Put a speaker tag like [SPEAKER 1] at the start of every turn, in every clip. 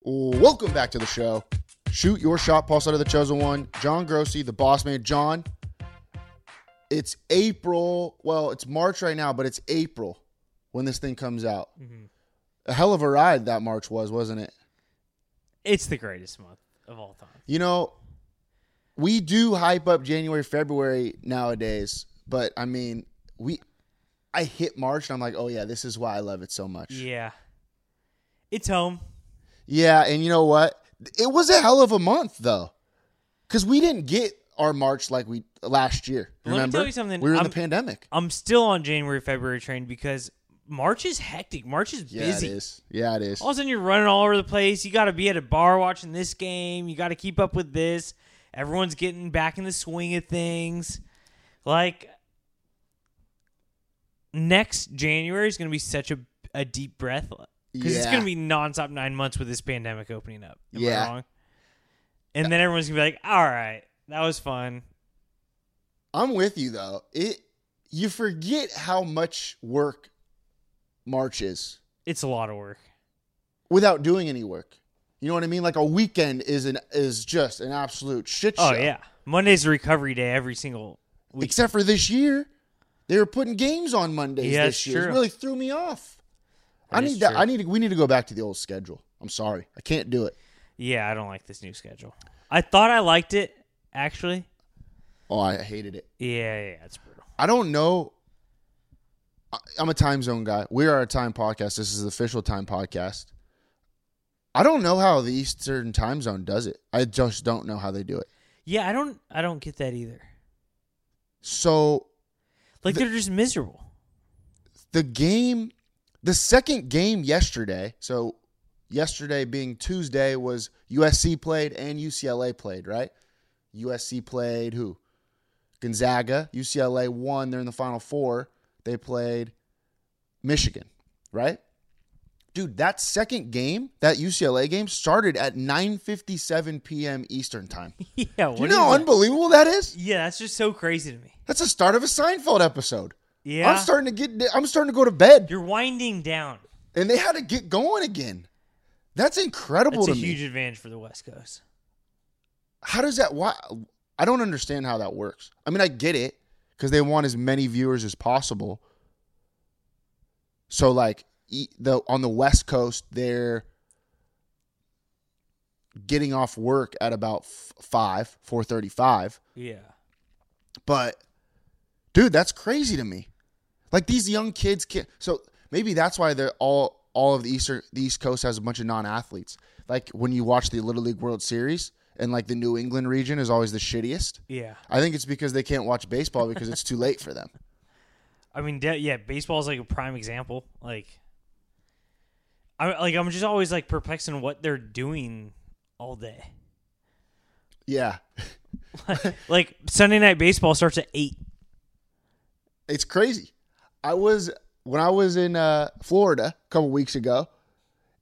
[SPEAKER 1] Welcome back to the show. Shoot Your Shot, Paul Sutter, the chosen one, John Grossi, the boss man. John, it's April. Well, it's March right now, but it's April when this thing comes out. A hell of a ride that March was, wasn't it?
[SPEAKER 2] It's the greatest month of all time.
[SPEAKER 1] You know, we do hype up January, February nowadays, but I mean, we I hit March and I'm like, "Oh yeah, this is why I love it so much."
[SPEAKER 2] Yeah. It's home.
[SPEAKER 1] Yeah, and you know what? It was a hell of a month though. Cuz we didn't get our March like we last year.
[SPEAKER 2] Let me
[SPEAKER 1] Remember?
[SPEAKER 2] tell you something.
[SPEAKER 1] We were in
[SPEAKER 2] I'm-
[SPEAKER 1] the pandemic.
[SPEAKER 2] I'm still on January, February train because March is hectic. March is
[SPEAKER 1] Yeah,
[SPEAKER 2] busy.
[SPEAKER 1] it is. Yeah, it is.
[SPEAKER 2] All of a sudden you're running all over the place. You gotta be at a bar watching this game. You gotta keep up with this. Everyone's getting back in the swing of things. Like next January is gonna be such a a deep breath because it's
[SPEAKER 1] Yeah.
[SPEAKER 2] gonna be nonstop nine months with this pandemic opening up. Am I
[SPEAKER 1] Yeah.
[SPEAKER 2] wrong? And then everyone's gonna be like, "All right, that was fun.
[SPEAKER 1] I'm with you though. It you forget how much work March is.
[SPEAKER 2] It's a lot of work."
[SPEAKER 1] without doing any work. You know what I mean? Like a weekend is an is just an absolute shit show.
[SPEAKER 2] Oh yeah, Monday's a recovery day every single week.
[SPEAKER 1] Except for this year, they were putting games on Mondays
[SPEAKER 2] Yeah,
[SPEAKER 1] this
[SPEAKER 2] it's
[SPEAKER 1] year. It
[SPEAKER 2] true.
[SPEAKER 1] really threw me off. I
[SPEAKER 2] That is
[SPEAKER 1] need that.
[SPEAKER 2] true.
[SPEAKER 1] I need. To, we need to go back to the old schedule. I'm sorry, I can't do it.
[SPEAKER 2] yeah, I don't like this new schedule. I thought I liked it actually.
[SPEAKER 1] Oh, I hated it.
[SPEAKER 2] Yeah, yeah, it's brutal.
[SPEAKER 1] I don't know. I- I'm a time zone guy. We are a time podcast. This is the official time podcast. I don't know how the Eastern time zone does it. I just don't know how they do it.
[SPEAKER 2] Yeah, I don't, I don't get that either.
[SPEAKER 1] So
[SPEAKER 2] Like
[SPEAKER 1] The-
[SPEAKER 2] they're just miserable.
[SPEAKER 1] the game, the second game yesterday, so yesterday being Tuesday, was USC played and UCLA played, right? USC played who? Gonzaga. UCLA won. They're in the final four. They played Michigan, right? Dude, that second game, that UCLA game, started at 9:57 p.m. Eastern time. Do
[SPEAKER 2] yeah, what
[SPEAKER 1] you
[SPEAKER 2] is
[SPEAKER 1] know how
[SPEAKER 2] that?
[SPEAKER 1] unbelievable that is?
[SPEAKER 2] Yeah, that's just so crazy to me.
[SPEAKER 1] That's the start of a Seinfeld episode.
[SPEAKER 2] Yeah,
[SPEAKER 1] I'm starting to get. I'm starting to go to bed.
[SPEAKER 2] You're winding down.
[SPEAKER 1] and they had to get going again. That's incredible
[SPEAKER 2] That's a
[SPEAKER 1] to
[SPEAKER 2] huge
[SPEAKER 1] me.
[SPEAKER 2] advantage for the West Coast.
[SPEAKER 1] How does that? Why? I don't understand how that works. I mean, I get it because they want as many viewers as possible. So, like e- the on the West Coast, they're getting off work at about f- five, four thirty-five.
[SPEAKER 2] Yeah,
[SPEAKER 1] But dude, that's crazy to me. Like these young kids can so maybe that's why they're all all of the Eastern the East Coast has a bunch of non-athletes. Like when you watch the Little League World Series and like the New England region is always the shittiest.
[SPEAKER 2] yeah.
[SPEAKER 1] I think it's because they can't watch baseball because it's too late for them.
[SPEAKER 2] I mean, de- yeah, baseball is like a prime example. Like, I like I'm just always like perplexed on what they're doing all day.
[SPEAKER 1] Yeah.
[SPEAKER 2] Like Sunday night baseball starts at eight.
[SPEAKER 1] It's crazy. I was when I was in uh, Florida a couple weeks ago.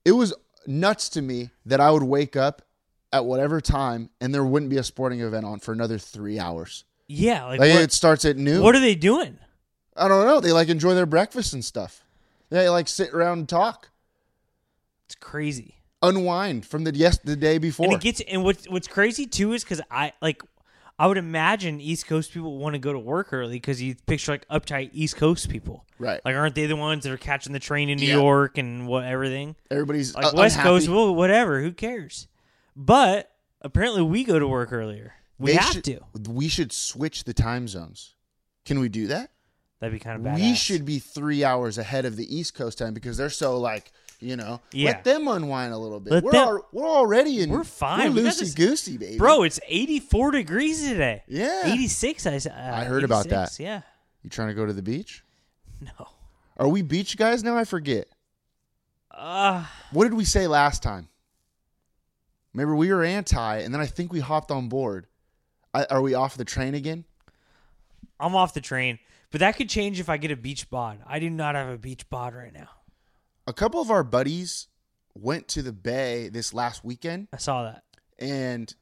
[SPEAKER 1] It was nuts to me that I would wake up at whatever time and there wouldn't be a sporting event on for another three hours.
[SPEAKER 2] Yeah, like,
[SPEAKER 1] Like
[SPEAKER 2] what,
[SPEAKER 1] it starts at noon.
[SPEAKER 2] what are they doing?
[SPEAKER 1] I don't know. They like enjoy their breakfast and stuff. They like sit around and talk,
[SPEAKER 2] It's crazy.
[SPEAKER 1] unwind from the yes the day before.
[SPEAKER 2] And it gets and what's what's crazy too is because I like I would imagine East Coast people want to go to work early because you picture like uptight East Coast people,
[SPEAKER 1] Right.
[SPEAKER 2] Like, aren't they the ones that are catching the train in New
[SPEAKER 1] Yeah.
[SPEAKER 2] York and what everything?
[SPEAKER 1] Everybody's
[SPEAKER 2] Like
[SPEAKER 1] uh,
[SPEAKER 2] West
[SPEAKER 1] unhappy.
[SPEAKER 2] Coast, well, whatever, who cares? But apparently, we go to work earlier. We
[SPEAKER 1] They
[SPEAKER 2] have
[SPEAKER 1] should-
[SPEAKER 2] to.
[SPEAKER 1] We should switch the time zones. Can we do that?
[SPEAKER 2] That'd be kind of bad.
[SPEAKER 1] We should be three hours ahead of the East Coast time because they're so like you know.
[SPEAKER 2] Yeah.
[SPEAKER 1] Let them unwind a little bit.
[SPEAKER 2] Let
[SPEAKER 1] we're
[SPEAKER 2] them-
[SPEAKER 1] al- we're already in.
[SPEAKER 2] We're fine.
[SPEAKER 1] We're
[SPEAKER 2] We got
[SPEAKER 1] loosey
[SPEAKER 2] this-
[SPEAKER 1] goosey, baby.
[SPEAKER 2] Bro, it's 84 degrees today.
[SPEAKER 1] Yeah.
[SPEAKER 2] 86, I said. Uh,
[SPEAKER 1] I heard about that.
[SPEAKER 2] 86, Yeah.
[SPEAKER 1] you trying to go to the beach?
[SPEAKER 2] No.
[SPEAKER 1] Are we beach guys now? I forget.
[SPEAKER 2] Uh,
[SPEAKER 1] What did we say last time? Remember, we were anti, and then I think we hopped on board. I, are we off the train again?
[SPEAKER 2] I'm off the train, but that could change if I get a beach bod. I do not have a beach bod right now.
[SPEAKER 1] A couple of our buddies went to the bay this last weekend,
[SPEAKER 2] I saw that.
[SPEAKER 1] and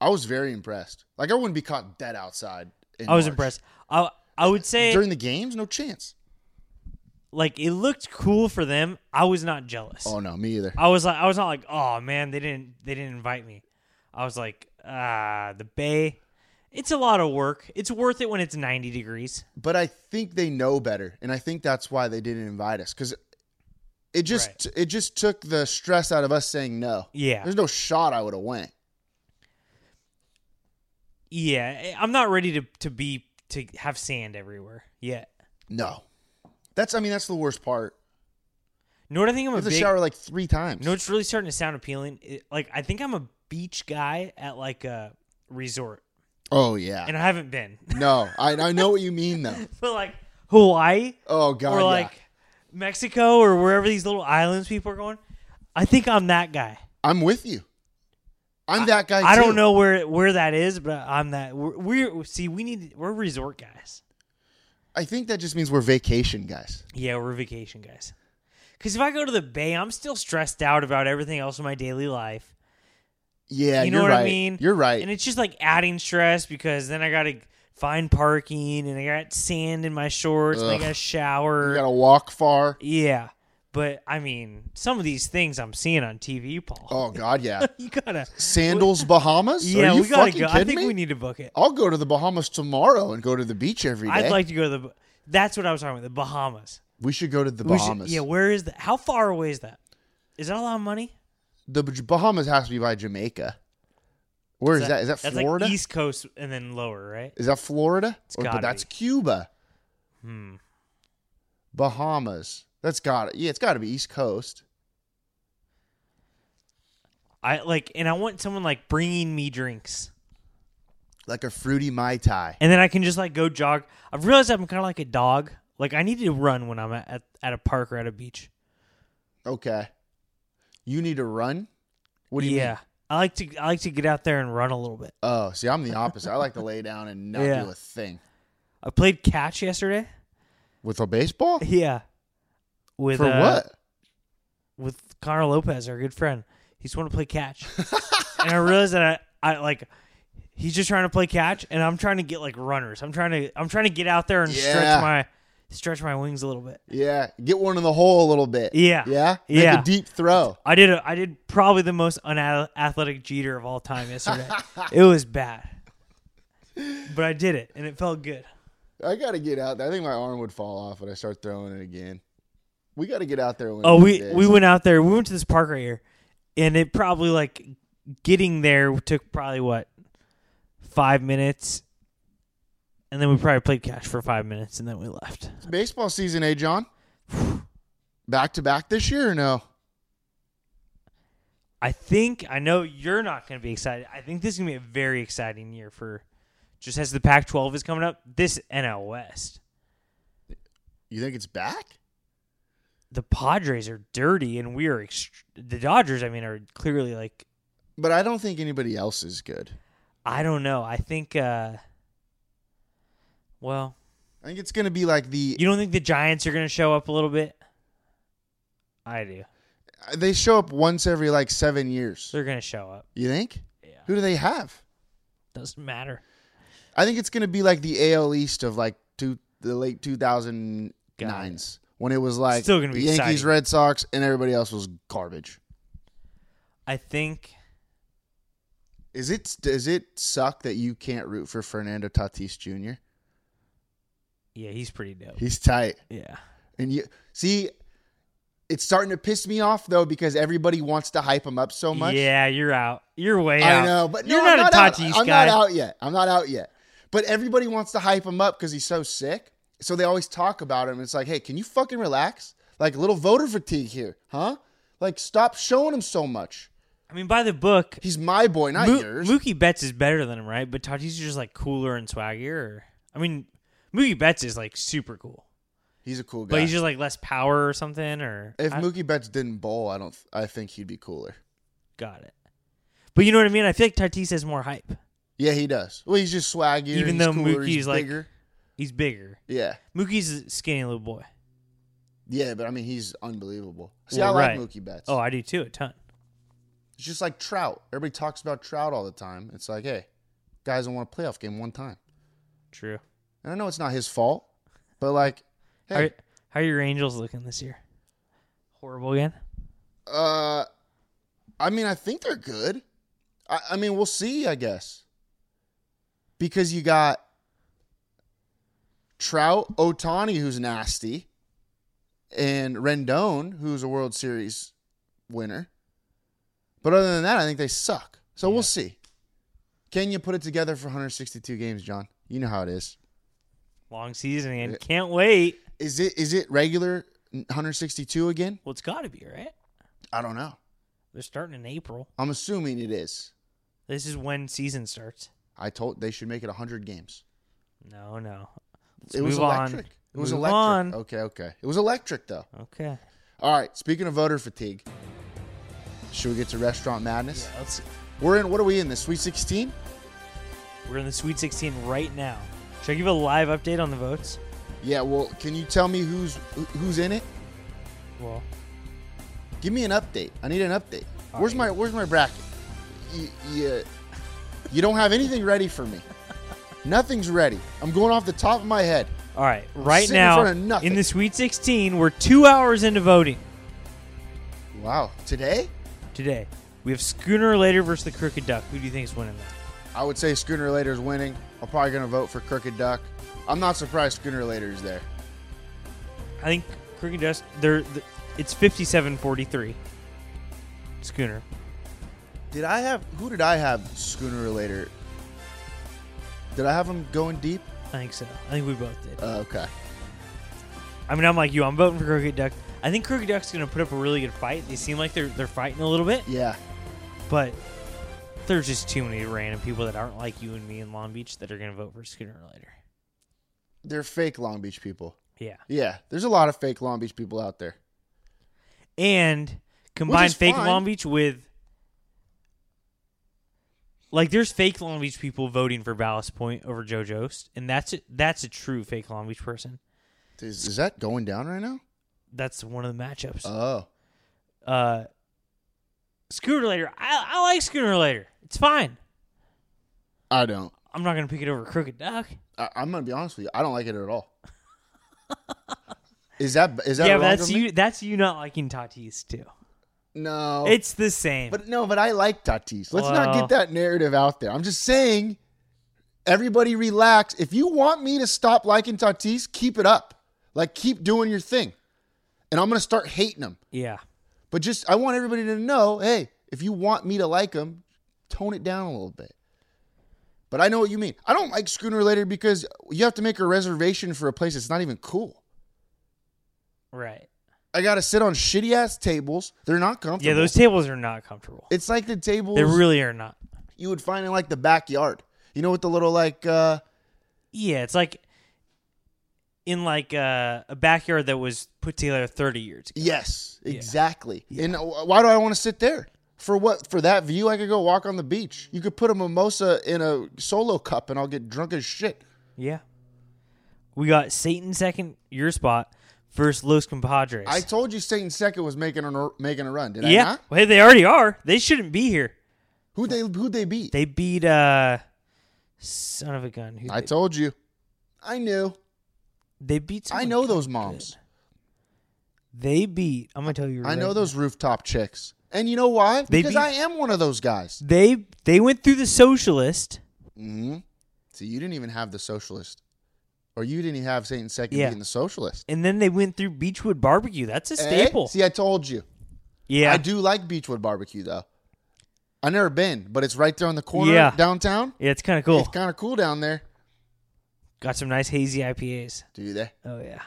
[SPEAKER 1] I was very impressed. Like, I wouldn't be caught dead outside. in
[SPEAKER 2] I was
[SPEAKER 1] March.
[SPEAKER 2] impressed. I I would say
[SPEAKER 1] During the games, no chance.
[SPEAKER 2] like it looked cool for them. I was not jealous.
[SPEAKER 1] Oh, no, me either.
[SPEAKER 2] I was like I was not like, "Oh man, they didn't they didn't invite me." I was like, "Ah, the bay. It's a lot of work. It's worth it when it's 90 degrees."
[SPEAKER 1] But I think they know better, and I think that's why they didn't invite us because it just it just took the stress out of us saying no.
[SPEAKER 2] Yeah.
[SPEAKER 1] there's no shot I would have went.
[SPEAKER 2] Yeah, eh, I'm not ready to to be to have sand everywhere yet.
[SPEAKER 1] No. That's I mean that's the worst part.
[SPEAKER 2] You know what I think I'm
[SPEAKER 1] You
[SPEAKER 2] a
[SPEAKER 1] have to
[SPEAKER 2] big
[SPEAKER 1] shower like three times.
[SPEAKER 2] You know what's really starting to sound appealing? It- like I think I'm a beach guy at like a resort,
[SPEAKER 1] oh yeah.
[SPEAKER 2] and I haven't been,
[SPEAKER 1] no, I I know what you mean though.
[SPEAKER 2] but like Hawaii
[SPEAKER 1] Oh god.
[SPEAKER 2] or
[SPEAKER 1] yeah.
[SPEAKER 2] like Mexico or wherever these little islands people are going. I think I'm that guy.
[SPEAKER 1] I'm with you. I'm that guy.
[SPEAKER 2] I
[SPEAKER 1] too.
[SPEAKER 2] don't know where where that is, but I'm that. We're, we're see we need we're resort guys.
[SPEAKER 1] I think that just means we're vacation guys.
[SPEAKER 2] Yeah, we're vacation guys. Because if I go to the bay, I'm still stressed out about everything else in my daily life.
[SPEAKER 1] Yeah,
[SPEAKER 2] you know
[SPEAKER 1] are
[SPEAKER 2] what
[SPEAKER 1] right.
[SPEAKER 2] I mean?
[SPEAKER 1] You're right.
[SPEAKER 2] And it's just like adding stress because then I got to find parking and I got sand in my shorts and I
[SPEAKER 1] Ugh.
[SPEAKER 2] got to
[SPEAKER 1] you
[SPEAKER 2] shower.
[SPEAKER 1] gotta walk far.
[SPEAKER 2] yeah. But I mean, some of these things I'm seeing on TV, Paul.
[SPEAKER 1] Oh god, yeah.
[SPEAKER 2] You gotta.
[SPEAKER 1] Sandals, Bahamas?
[SPEAKER 2] Yeah,
[SPEAKER 1] Are you
[SPEAKER 2] we gotta
[SPEAKER 1] fucking
[SPEAKER 2] go.
[SPEAKER 1] kidding
[SPEAKER 2] I think
[SPEAKER 1] me?
[SPEAKER 2] we need to book it.
[SPEAKER 1] I'll go to the Bahamas tomorrow and go to the beach every day.
[SPEAKER 2] I'd like to go to the. That's what I was talking about. The Bahamas.
[SPEAKER 1] we should go to the
[SPEAKER 2] We should-
[SPEAKER 1] Bahamas.
[SPEAKER 2] yeah. Where is that? How far away is that? Is that a lot of money?
[SPEAKER 1] the B- Bahamas has to be by Jamaica. Where is that? Is that
[SPEAKER 2] that's
[SPEAKER 1] Florida?
[SPEAKER 2] Like East Coast and then lower, right?
[SPEAKER 1] Is that Florida?
[SPEAKER 2] It's
[SPEAKER 1] but
[SPEAKER 2] gotta
[SPEAKER 1] that's
[SPEAKER 2] be.
[SPEAKER 1] Cuba. Hmm. Bahamas. That's got it. Yeah, it's got to be East Coast.
[SPEAKER 2] I like, and I want someone like bringing me drinks.
[SPEAKER 1] Like a fruity mai tai.
[SPEAKER 2] and then I can just like go jog. I've realized I'm kind of like a dog. Like I need to run when I'm at, at, at a park or at a beach.
[SPEAKER 1] Okay. You need to run. What do you
[SPEAKER 2] yeah,
[SPEAKER 1] mean?
[SPEAKER 2] I like to I like to get out there and run a little bit.
[SPEAKER 1] Oh, see, I'm the opposite. I like to lay down and not
[SPEAKER 2] Yeah.
[SPEAKER 1] do a thing
[SPEAKER 2] I played catch yesterday.
[SPEAKER 1] with a baseball.
[SPEAKER 2] Yeah, with
[SPEAKER 1] For
[SPEAKER 2] uh,
[SPEAKER 1] what?
[SPEAKER 2] With Connor Lopez, our good friend. He's want to play catch, and I realized that I I like. He's just trying to play catch, and I'm trying to get like runners. I'm trying to I'm trying to get out there and
[SPEAKER 1] Yeah.
[SPEAKER 2] stretch my stretch my wings a little bit.
[SPEAKER 1] Yeah, get one in the hole a little bit.
[SPEAKER 2] Yeah.
[SPEAKER 1] yeah, Make
[SPEAKER 2] Yeah.
[SPEAKER 1] a deep throw.
[SPEAKER 2] I did. A, I did probably the most unathletic Jeter of all time yesterday. it was bad, but I did it, and it felt good.
[SPEAKER 1] I gotta get out there. I think my arm would fall off when I start throwing it again. We gotta get out there. One
[SPEAKER 2] Oh,
[SPEAKER 1] of
[SPEAKER 2] we
[SPEAKER 1] these days.
[SPEAKER 2] we went out there. We went to this park right here, and it probably like getting there took probably what five minutes, and then we probably played catch for five minutes, and then we left.
[SPEAKER 1] baseball season, eh, John? Back to back this year or no?
[SPEAKER 2] I think I know you're not going to be excited. I think this is going to be a very exciting year for just as the Pac-12 is coming up. This NL West.
[SPEAKER 1] You think it's back?
[SPEAKER 2] the Padres are dirty, and we are ext- the Dodgers. I mean, are clearly like
[SPEAKER 1] But I don't think anybody else is good.
[SPEAKER 2] I don't know. I think. uh Well,
[SPEAKER 1] I think it's gonna be like the
[SPEAKER 2] you don't think the Giants are going to show up a little bit? I do.
[SPEAKER 1] they show up once every like seven years.
[SPEAKER 2] They're going to show up.
[SPEAKER 1] You think? Who do they have?
[SPEAKER 2] Doesn't matter.
[SPEAKER 1] I think it's gonna be like the AL East of like two the late two thousand nines when it was like
[SPEAKER 2] Still gonna be
[SPEAKER 1] Yankees,
[SPEAKER 2] exciting.
[SPEAKER 1] Red Sox, and everybody else was garbage.
[SPEAKER 2] I think.
[SPEAKER 1] Is it does it suck that you can't root for Fernando Tatis Jr.?
[SPEAKER 2] Yeah, he's pretty dope.
[SPEAKER 1] He's tight.
[SPEAKER 2] Yeah.
[SPEAKER 1] And you see it's starting to piss me off though because everybody wants to hype him up so much.
[SPEAKER 2] Yeah, you're out. You're way out.
[SPEAKER 1] I know, but no,
[SPEAKER 2] you're
[SPEAKER 1] I'm
[SPEAKER 2] not,
[SPEAKER 1] not
[SPEAKER 2] a Tatis
[SPEAKER 1] out. I'm
[SPEAKER 2] guy.
[SPEAKER 1] not out yet. I'm not out yet. But everybody wants to hype him up because he's so sick. So they always talk about him. It's like, hey, can you fucking relax? Like a little voter fatigue here, huh? Like stop showing him so much.
[SPEAKER 2] I mean, by the book,
[SPEAKER 1] He's my boy, not
[SPEAKER 2] Mo-
[SPEAKER 1] yours.
[SPEAKER 2] Mookie Betts is better than him, right? But Tatis is just like cooler and swaggier. or- I mean, Mookie Betts is like super cool,
[SPEAKER 1] he's a cool guy.
[SPEAKER 2] but he's just like less power or something. Or
[SPEAKER 1] if
[SPEAKER 2] I-
[SPEAKER 1] Mookie Betts didn't bowl, I don't. I think he'd be cooler.
[SPEAKER 2] got it. But you know what I mean. I feel like Tatis has more hype.
[SPEAKER 1] Yeah, he does. Well, he's just swaggier.
[SPEAKER 2] Even
[SPEAKER 1] he's
[SPEAKER 2] though
[SPEAKER 1] cooler, he's
[SPEAKER 2] Mookie's, like-
[SPEAKER 1] bigger.
[SPEAKER 2] He's bigger.
[SPEAKER 1] yeah,
[SPEAKER 2] Mookie's a skinny little boy.
[SPEAKER 1] yeah. But I mean, he's unbelievable. See, I
[SPEAKER 2] Well,
[SPEAKER 1] like
[SPEAKER 2] right.
[SPEAKER 1] Mookie Betts.
[SPEAKER 2] Oh, I do too. A ton.
[SPEAKER 1] It's just like Trout. Everybody talks about Trout all the time. It's like, hey, guys don't want a playoff game one time.
[SPEAKER 2] True.
[SPEAKER 1] And I know it's not his fault, but like,
[SPEAKER 2] How,
[SPEAKER 1] hey,
[SPEAKER 2] are, how are your Angels looking this year? Horrible again.
[SPEAKER 1] uh, I mean, I think they're good. I, I mean, we'll see, I guess. Because you got Trout, Otani, who's nasty, and Rendon, who's a World Series winner. But other than that, I think they suck. So we'll see. Can you put it together for 162 games, John? You know how it is.
[SPEAKER 2] Long season again. Can't wait.
[SPEAKER 1] Is it is it regular 162 again?
[SPEAKER 2] Well, it's got to be right.
[SPEAKER 1] I don't know.
[SPEAKER 2] They're starting in April.
[SPEAKER 1] I'm assuming it is.
[SPEAKER 2] This is when season starts.
[SPEAKER 1] I told they should make it 100 games.
[SPEAKER 2] No, no.
[SPEAKER 1] it was
[SPEAKER 2] move on.
[SPEAKER 1] electric. It was
[SPEAKER 2] Move
[SPEAKER 1] electric.
[SPEAKER 2] on.
[SPEAKER 1] Okay, okay. It was electric though.
[SPEAKER 2] Okay.
[SPEAKER 1] All right, speaking of voter fatigue, should we get to restaurant madness?
[SPEAKER 2] Let's.
[SPEAKER 1] We're in what are we in? The Sweet 16?
[SPEAKER 2] We're in the Sweet 16 right now. Should I give a live update on the votes?
[SPEAKER 1] Yeah, well, can you tell me who's who- who's in it?
[SPEAKER 2] Well,
[SPEAKER 1] Give me an update. I need an update.
[SPEAKER 2] All
[SPEAKER 1] where's
[SPEAKER 2] right.
[SPEAKER 1] my where's my bracket? You, you, you don't have anything ready for me. Nothing's ready. I'm going off the top of my head.
[SPEAKER 2] all right. Right
[SPEAKER 1] sitting in
[SPEAKER 2] now,
[SPEAKER 1] front of nothing.
[SPEAKER 2] in the Sweet 16, we're two hours into voting
[SPEAKER 1] Wow. Today?
[SPEAKER 2] today. We have Schooner later versus the Crooked Duck. Who do you think is winning that?
[SPEAKER 1] I would say Schooner Later is winning. I'm probably going to vote for Crooked Duck. I'm not surprised Schooner Later is there.
[SPEAKER 2] I think Crooked Duck. They're, th- it's 57-43. Schooner.
[SPEAKER 1] Did I have who did I have Schooner Later? Did I have him going deep?
[SPEAKER 2] I think so. I think we both did.
[SPEAKER 1] Uh, okay.
[SPEAKER 2] I mean, I'm like you. I'm voting for Crooked Duck. I think Crooked Duck's going to put up a really good fight. They seem like they're they're fighting a little bit.
[SPEAKER 1] Yeah.
[SPEAKER 2] But there's just too many random people that aren't like you and me in Long Beach that are going to vote for Schooner later.
[SPEAKER 1] They're fake Long Beach people.
[SPEAKER 2] Yeah.
[SPEAKER 1] Yeah. There's a lot of fake Long Beach people out there.
[SPEAKER 2] And combine
[SPEAKER 1] is
[SPEAKER 2] fake
[SPEAKER 1] fine.
[SPEAKER 2] Long Beach with. Like there's fake Long Beach people voting for Ballast Point over Joe Jost, and that's a, that's a true fake Long Beach person.
[SPEAKER 1] Is, is that going down right now?
[SPEAKER 2] That's one of the matchups.
[SPEAKER 1] Oh.
[SPEAKER 2] Uh, Scooter later, I, I like Scooter later. It's fine.
[SPEAKER 1] I don't.
[SPEAKER 2] I'm not gonna pick it over Crooked Duck.
[SPEAKER 1] I, I'm going to be honest with you. I don't like it at all. is that is that
[SPEAKER 2] yeah,
[SPEAKER 1] wrong
[SPEAKER 2] but that's
[SPEAKER 1] of me?
[SPEAKER 2] you. That's you not liking Tatis too.
[SPEAKER 1] No.
[SPEAKER 2] It's the same.
[SPEAKER 1] But no, but I like Tatis. Let's not
[SPEAKER 2] Well-
[SPEAKER 1] get that narrative out there. I'm just saying, everybody relax. If you want me to stop liking Tatis, keep it up. Like, keep doing your thing. And I'm going to start hating him.
[SPEAKER 2] yeah.
[SPEAKER 1] But just, I want everybody to know hey, if you want me to like him, tone it down a little bit. But I know what you mean. I don't like Schooner later because you have to make a reservation for a place that's not even cool.
[SPEAKER 2] Right.
[SPEAKER 1] I got to sit on shitty ass tables. They're not comfortable.
[SPEAKER 2] Yeah, those tables are not comfortable.
[SPEAKER 1] It's like the tables
[SPEAKER 2] They really are not.
[SPEAKER 1] you would find in like the backyard. You know, with the little like uh
[SPEAKER 2] Yeah, it's like in like uh, a backyard that was put together 30 years ago.
[SPEAKER 1] yes, exactly. And uh, wh- why do I want to sit there? For what? For that view, I could go walk on the beach. You could put a mimosa in a solo cup, and I'll get drunk as shit.
[SPEAKER 2] Yeah. We got Satan second, your spot, versus Los Compadres.
[SPEAKER 1] I told you Satan Second was making a making a run. Did I
[SPEAKER 2] yeah.
[SPEAKER 1] not?
[SPEAKER 2] Well, hey, they already are. They shouldn't be here.
[SPEAKER 1] Who they who they beat?
[SPEAKER 2] They beat uh son of a gun. Who
[SPEAKER 1] I
[SPEAKER 2] they,
[SPEAKER 1] told you. I knew.
[SPEAKER 2] they beat.
[SPEAKER 1] I
[SPEAKER 2] someone
[SPEAKER 1] know those
[SPEAKER 2] good.
[SPEAKER 1] moms.
[SPEAKER 2] They beat. I'm gonna tell you.
[SPEAKER 1] I
[SPEAKER 2] right
[SPEAKER 1] know those rooftop chicks. And you know why?
[SPEAKER 2] They
[SPEAKER 1] Because
[SPEAKER 2] beat-
[SPEAKER 1] I am one of those guys.
[SPEAKER 2] They they went through the socialist.
[SPEAKER 1] hmm See, you didn't even have the socialist, or you didn't even have Satan Second
[SPEAKER 2] Yeah.
[SPEAKER 1] being the socialist.
[SPEAKER 2] And then they went through Beechwood Barbecue. That's a
[SPEAKER 1] Eh?
[SPEAKER 2] staple.
[SPEAKER 1] See, I told you.
[SPEAKER 2] yeah.
[SPEAKER 1] I do like Beechwood Barbecue though. I never been, but it's right there on the corner
[SPEAKER 2] Yeah.
[SPEAKER 1] downtown.
[SPEAKER 2] Yeah, it's kind of cool.
[SPEAKER 1] It's kind of cool down there.
[SPEAKER 2] Got some nice hazy IPAs.
[SPEAKER 1] Do they?
[SPEAKER 2] Oh yeah,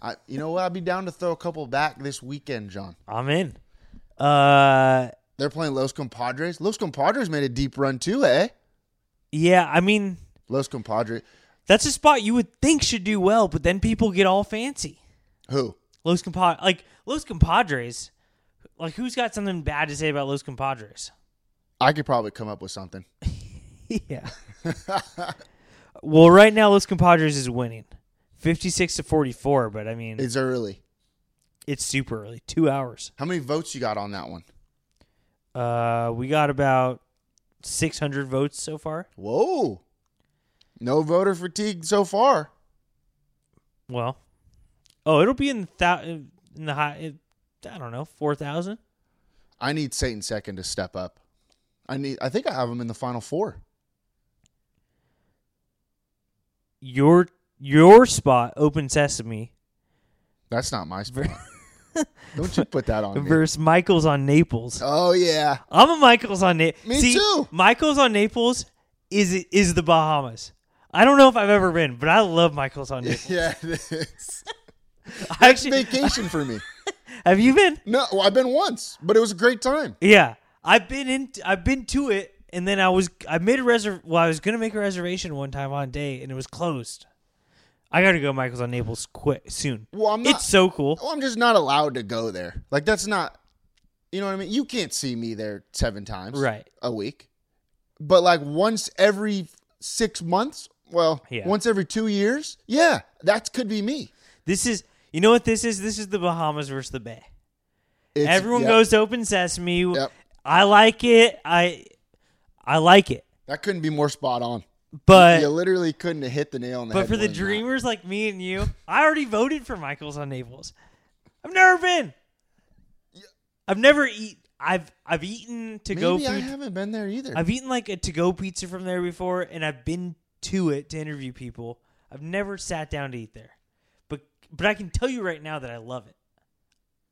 [SPEAKER 1] I, you know what? I'd be down to throw a couple back this weekend, John.
[SPEAKER 2] I'm in. Uh,
[SPEAKER 1] They're playing Los Compadres. Los Compadres made a deep run too, eh?
[SPEAKER 2] yeah. I mean,
[SPEAKER 1] Los Compadres.
[SPEAKER 2] that's a spot you would think should do well, but then people get all fancy.
[SPEAKER 1] Who?
[SPEAKER 2] Los Compad, like Los Compadres, like who's got something bad to say about Los Compadres?
[SPEAKER 1] I could probably come up with something.
[SPEAKER 2] yeah. well, right now Los Compadres is winning, fifty-six to forty-four. But I mean, it's,
[SPEAKER 1] It's early.
[SPEAKER 2] super early. Two hours.
[SPEAKER 1] How many votes you got on that one?
[SPEAKER 2] Uh, we got about six hundred votes so far.
[SPEAKER 1] Whoa. No voter fatigue so far.
[SPEAKER 2] Well, oh, it'll be in the thou- in the high. I don't know, four thousand.
[SPEAKER 1] I need Satan Second to step up. I need. I think I have him in the final four.
[SPEAKER 2] Your your spot, Open Sesame,
[SPEAKER 1] That's not my spot. Don't you put that on me.
[SPEAKER 2] versus Michaels on Naples.
[SPEAKER 1] Oh yeah.
[SPEAKER 2] I'm a Michaels on Naples.
[SPEAKER 1] Me too.
[SPEAKER 2] Michaels on Naples is is the Bahamas. I don't know if I've ever been, but I love Michaels on Naples.
[SPEAKER 1] Yeah, it is.
[SPEAKER 2] I actually,
[SPEAKER 1] Vacation for me.
[SPEAKER 2] have you been?
[SPEAKER 1] No, well, I've been once, but it was a great time.
[SPEAKER 2] Yeah, I've been in. I've been to it, and then I was. I made a reserv. Well, I was gonna make a reservation one time on day, and it was closed. I gotta go, Michaels on Naples, quick soon.
[SPEAKER 1] Well, I'm not-
[SPEAKER 2] It's so cool.
[SPEAKER 1] Well, Oh, I'm just not allowed to go there. Like that's not, you know what I mean. You can't see me there seven times,
[SPEAKER 2] Right.
[SPEAKER 1] A week, but like once every six months. Well,
[SPEAKER 2] Yeah.
[SPEAKER 1] once every two years. Yeah, that could be me.
[SPEAKER 2] This is. You know what this is? This is the Bahamas versus the Bay.
[SPEAKER 1] It's-
[SPEAKER 2] Everyone
[SPEAKER 1] yeah,
[SPEAKER 2] goes to Open Sesame.
[SPEAKER 1] Yep.
[SPEAKER 2] I like it. I, I like it.
[SPEAKER 1] That couldn't be more spot on.
[SPEAKER 2] But
[SPEAKER 1] you literally couldn't have hit the nail on the
[SPEAKER 2] but
[SPEAKER 1] head.
[SPEAKER 2] for
[SPEAKER 1] more
[SPEAKER 2] the
[SPEAKER 1] than that.
[SPEAKER 2] dreamers like me and you, I already voted for Michaels on Naples. I've never been. I've never eat. I've I've eaten to go
[SPEAKER 1] maybe
[SPEAKER 2] food.
[SPEAKER 1] I haven't been there either.
[SPEAKER 2] I've eaten like a to go pizza from there before, and I've been to it to interview people. I've never sat down to eat there, but but I can tell you right now that I love it.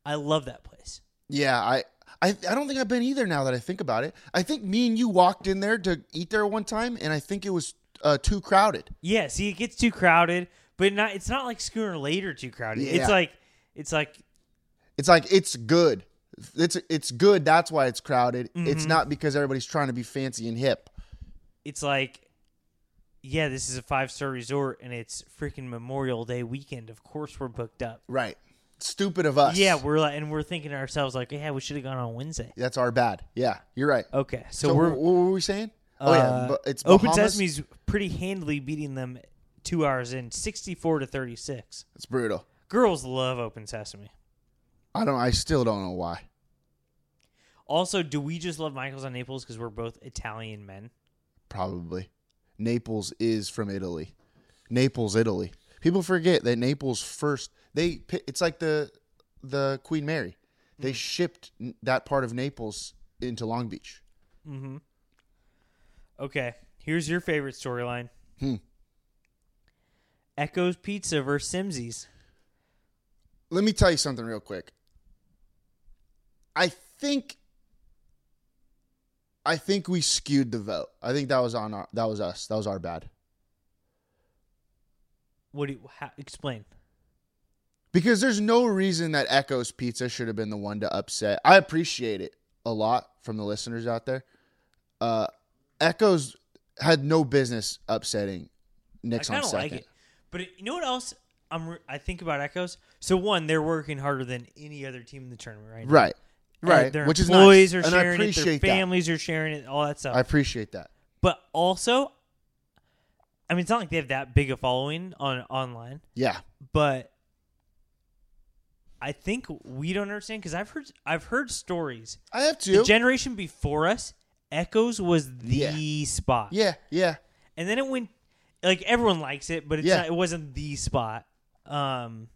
[SPEAKER 2] I love that place.
[SPEAKER 1] Yeah, I, I I don't think I've been either. Now that I think about it, I think me and you walked in there to eat there one time, and I think it was uh, too crowded.
[SPEAKER 2] Yeah, see, it gets too crowded, but not. It's not like Schooner later too crowded.
[SPEAKER 1] Yeah.
[SPEAKER 2] It's like it's like
[SPEAKER 1] It's like it's good. It's it's good. That's why it's crowded. It's
[SPEAKER 2] Mm-hmm.
[SPEAKER 1] not because everybody's trying to be fancy and hip.
[SPEAKER 2] it's like yeah, this is a five star resort, and it's freaking Memorial Day weekend. Of course, we're booked up.
[SPEAKER 1] Right. Stupid of us.
[SPEAKER 2] Yeah, we're like, and we're thinking to ourselves like, yeah, we should have gone on Wednesday.
[SPEAKER 1] that's our bad. Yeah, you're right.
[SPEAKER 2] Okay, Uh, so,
[SPEAKER 1] So,
[SPEAKER 2] we're
[SPEAKER 1] wh- what were we saying? oh
[SPEAKER 2] Uh,
[SPEAKER 1] yeah, but it's
[SPEAKER 2] Open
[SPEAKER 1] Bahamas.
[SPEAKER 2] Sesame's pretty handily beating them two hours in, sixty-four to thirty-six.
[SPEAKER 1] It's brutal.
[SPEAKER 2] Girls love Open Sesame.
[SPEAKER 1] I don't. I still don't know why.
[SPEAKER 2] Also, do we just love Michaels on Naples because we're both Italian men?
[SPEAKER 1] Probably. Naples is from Italy. Naples, Italy. People forget that Naples first they pi- it's like the the Queen Mary. They shipped n- that part of Naples into Long Beach.
[SPEAKER 2] Okay, here's your favorite storyline.
[SPEAKER 1] Hmm.
[SPEAKER 2] Echoes Pizza versus Simsies.
[SPEAKER 1] Let me tell you something real quick. I think I think we skewed the vote. I think that was on our that was us. That was our bad.
[SPEAKER 2] What do you how, explain?
[SPEAKER 1] Because there's no reason that Echo's Pizza should have been the one to upset. I appreciate it a lot from the listeners out there. Uh, Echo's had no business upsetting
[SPEAKER 2] I
[SPEAKER 1] Nick's
[SPEAKER 2] kind
[SPEAKER 1] on
[SPEAKER 2] of
[SPEAKER 1] second.
[SPEAKER 2] like it, but it, you know what else? I'm re- I think about Echoes. So one, they're working harder than any other team in the tournament right now.
[SPEAKER 1] Right.
[SPEAKER 2] Uh,
[SPEAKER 1] Right.
[SPEAKER 2] their
[SPEAKER 1] Which is
[SPEAKER 2] employees
[SPEAKER 1] nice.
[SPEAKER 2] are
[SPEAKER 1] and I
[SPEAKER 2] sharing it. Their
[SPEAKER 1] appreciate that.
[SPEAKER 2] families are sharing it. All that stuff.
[SPEAKER 1] I appreciate that.
[SPEAKER 2] but also I mean it's not like they have that big a following on online,
[SPEAKER 1] Yeah.
[SPEAKER 2] but I think we don't understand because I've heard I've heard stories.
[SPEAKER 1] I have
[SPEAKER 2] The
[SPEAKER 1] to.
[SPEAKER 2] generation before us, Echoes was the spot.
[SPEAKER 1] yeah. Yeah.
[SPEAKER 2] And then it went like everyone likes it, but it's
[SPEAKER 1] Yeah.
[SPEAKER 2] not, it wasn't the spot. Um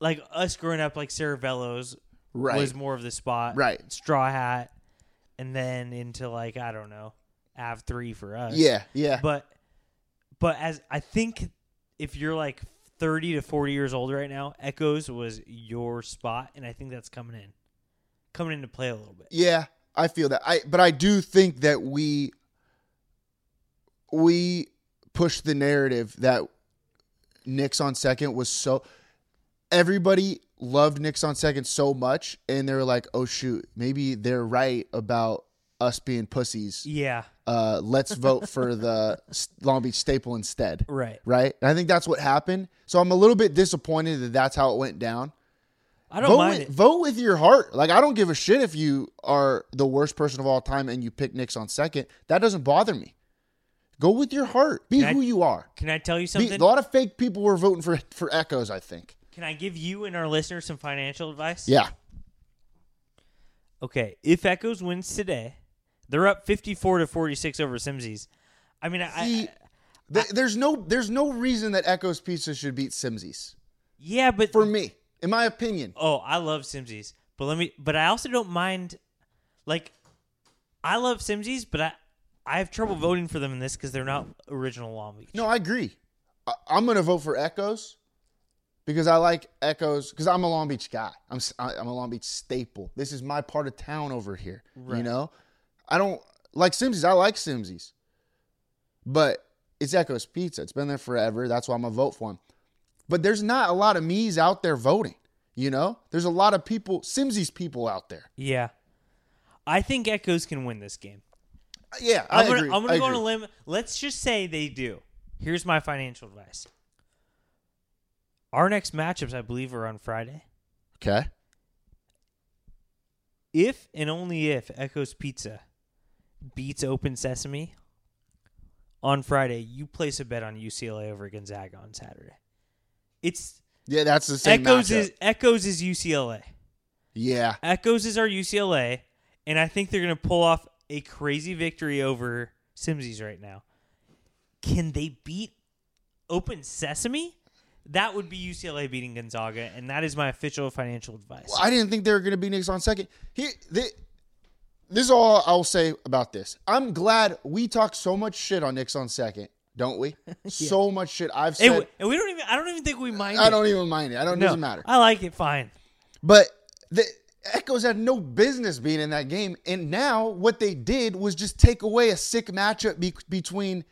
[SPEAKER 2] like us growing up like Saravello's
[SPEAKER 1] Right.
[SPEAKER 2] was more of the spot.
[SPEAKER 1] Right.
[SPEAKER 2] Straw Hat, and then into like I don't know, Av three for us.
[SPEAKER 1] yeah, yeah.
[SPEAKER 2] But but as I think if you're like thirty to forty years old right now, Echoes was your spot, and I think that's coming in, coming into play a little bit.
[SPEAKER 1] Yeah, I feel that. I but I do think that we we pushed the narrative that Nick's on second was so everybody loved Nick's on second so much and they were like, "Oh shoot, maybe they're right about us being pussies.
[SPEAKER 2] Yeah.
[SPEAKER 1] Uh let's vote for the S- Long Beach staple instead."
[SPEAKER 2] Right.
[SPEAKER 1] Right? And I think that's what happened. So I'm a little bit disappointed that that's how it went down
[SPEAKER 2] I don't
[SPEAKER 1] vote
[SPEAKER 2] mind
[SPEAKER 1] with,
[SPEAKER 2] it.
[SPEAKER 1] vote with your heart. Like I don't give a shit if you are the worst person of all time and you pick Knicks on second. That doesn't bother me. Go with your heart. Be
[SPEAKER 2] I-
[SPEAKER 1] who you are.
[SPEAKER 2] Can I tell you
[SPEAKER 1] Be-
[SPEAKER 2] something?
[SPEAKER 1] a lot of fake people were voting for for Echoes. I think.
[SPEAKER 2] Can I give you and our listeners some financial advice?
[SPEAKER 1] Yeah.
[SPEAKER 2] Okay, if Echoes wins today, they're up fifty-four to forty-six over Simsies. I mean, I,
[SPEAKER 1] See,
[SPEAKER 2] I
[SPEAKER 1] th- there's no there's no reason that Echoes Pizza should beat Simsies.
[SPEAKER 2] yeah, but
[SPEAKER 1] For me, in my opinion,
[SPEAKER 2] oh, I love Simsies, but let me. But I also don't mind. Like, I love Simsies, but I I have trouble voting for them in this because they're not original Long Beach.
[SPEAKER 1] no, I agree. I- I'm gonna vote for Echoes because I like Echoes because I'm a Long Beach guy. I'm s- I- I'm a Long Beach staple. This is my part of town over here. You know, I don't like Simsies. I like Simsies, but it's Echoes Pizza. It's been there forever. That's why I'm gonna vote for him. But there's not a lot of me's out there voting. You know, there's a lot of people Simsies people out there.
[SPEAKER 2] Yeah, I think Echoes can win this game.
[SPEAKER 1] Yeah, I
[SPEAKER 2] I'm gonna,
[SPEAKER 1] agree.
[SPEAKER 2] I'm gonna
[SPEAKER 1] I
[SPEAKER 2] go on
[SPEAKER 1] agree.
[SPEAKER 2] a limb. Let's just say they do. Here's my financial advice. Our next matchups, I believe, are on Friday.
[SPEAKER 1] Okay.
[SPEAKER 2] If and only if Echoes Pizza beats Open Sesame on Friday, you place a bet on UCLA over Gonzaga on Saturday. It's
[SPEAKER 1] Yeah, that's the same.
[SPEAKER 2] Echoes
[SPEAKER 1] matchup.
[SPEAKER 2] is Echoes is UCLA.
[SPEAKER 1] yeah.
[SPEAKER 2] Echoes is our UCLA, and I think they're going to pull off a crazy victory over Simsies right now. Can they beat Open Sesame? That would be UCLA beating Gonzaga, and that is my official financial advice.
[SPEAKER 1] Well, I didn't think they were going to be Knicks on second. Here, thi- this is all I'll say about this. I'm glad we talk so much shit on Knicks on second, don't we? So much shit. I've
[SPEAKER 2] and,
[SPEAKER 1] said.
[SPEAKER 2] we- and we don't even—I don't even think we mind.
[SPEAKER 1] I
[SPEAKER 2] it.
[SPEAKER 1] don't even mind it. I don't.
[SPEAKER 2] No,
[SPEAKER 1] doesn't matter.
[SPEAKER 2] I like it fine.
[SPEAKER 1] But the Echoes had no business being in that game. And now what they did was just take away a sick matchup be- between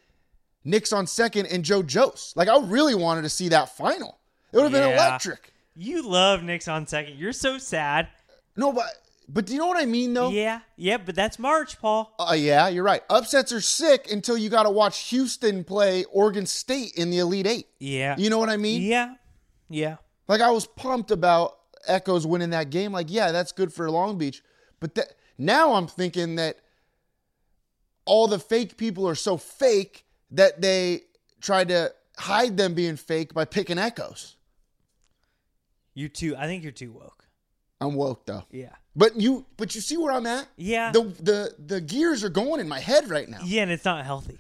[SPEAKER 1] Knicks on second and Joe Jose. Like I really wanted to see that final. It would have been
[SPEAKER 2] Yeah.
[SPEAKER 1] electric.
[SPEAKER 2] You love Knicks on second. You're so sad.
[SPEAKER 1] No, but but do you know what I mean though?
[SPEAKER 2] Yeah, yeah, but that's March, Paul.
[SPEAKER 1] Uh, yeah, you're right. Upsets are sick until you got to watch Houston play Oregon State in the Elite Eight.
[SPEAKER 2] Yeah,
[SPEAKER 1] You know what I mean?
[SPEAKER 2] yeah, yeah.
[SPEAKER 1] Like I was pumped about Echoes winning that game. Like, yeah, that's good for Long Beach. But that, now I'm thinking that all the fake people are so fake that they tried to hide them being fake by picking Echoes.
[SPEAKER 2] You're too. I think you're too woke.
[SPEAKER 1] I'm woke though.
[SPEAKER 2] Yeah.
[SPEAKER 1] But you but you see where I'm at?
[SPEAKER 2] Yeah.
[SPEAKER 1] The the the gears are going in my head right now.
[SPEAKER 2] Yeah, and it's not healthy.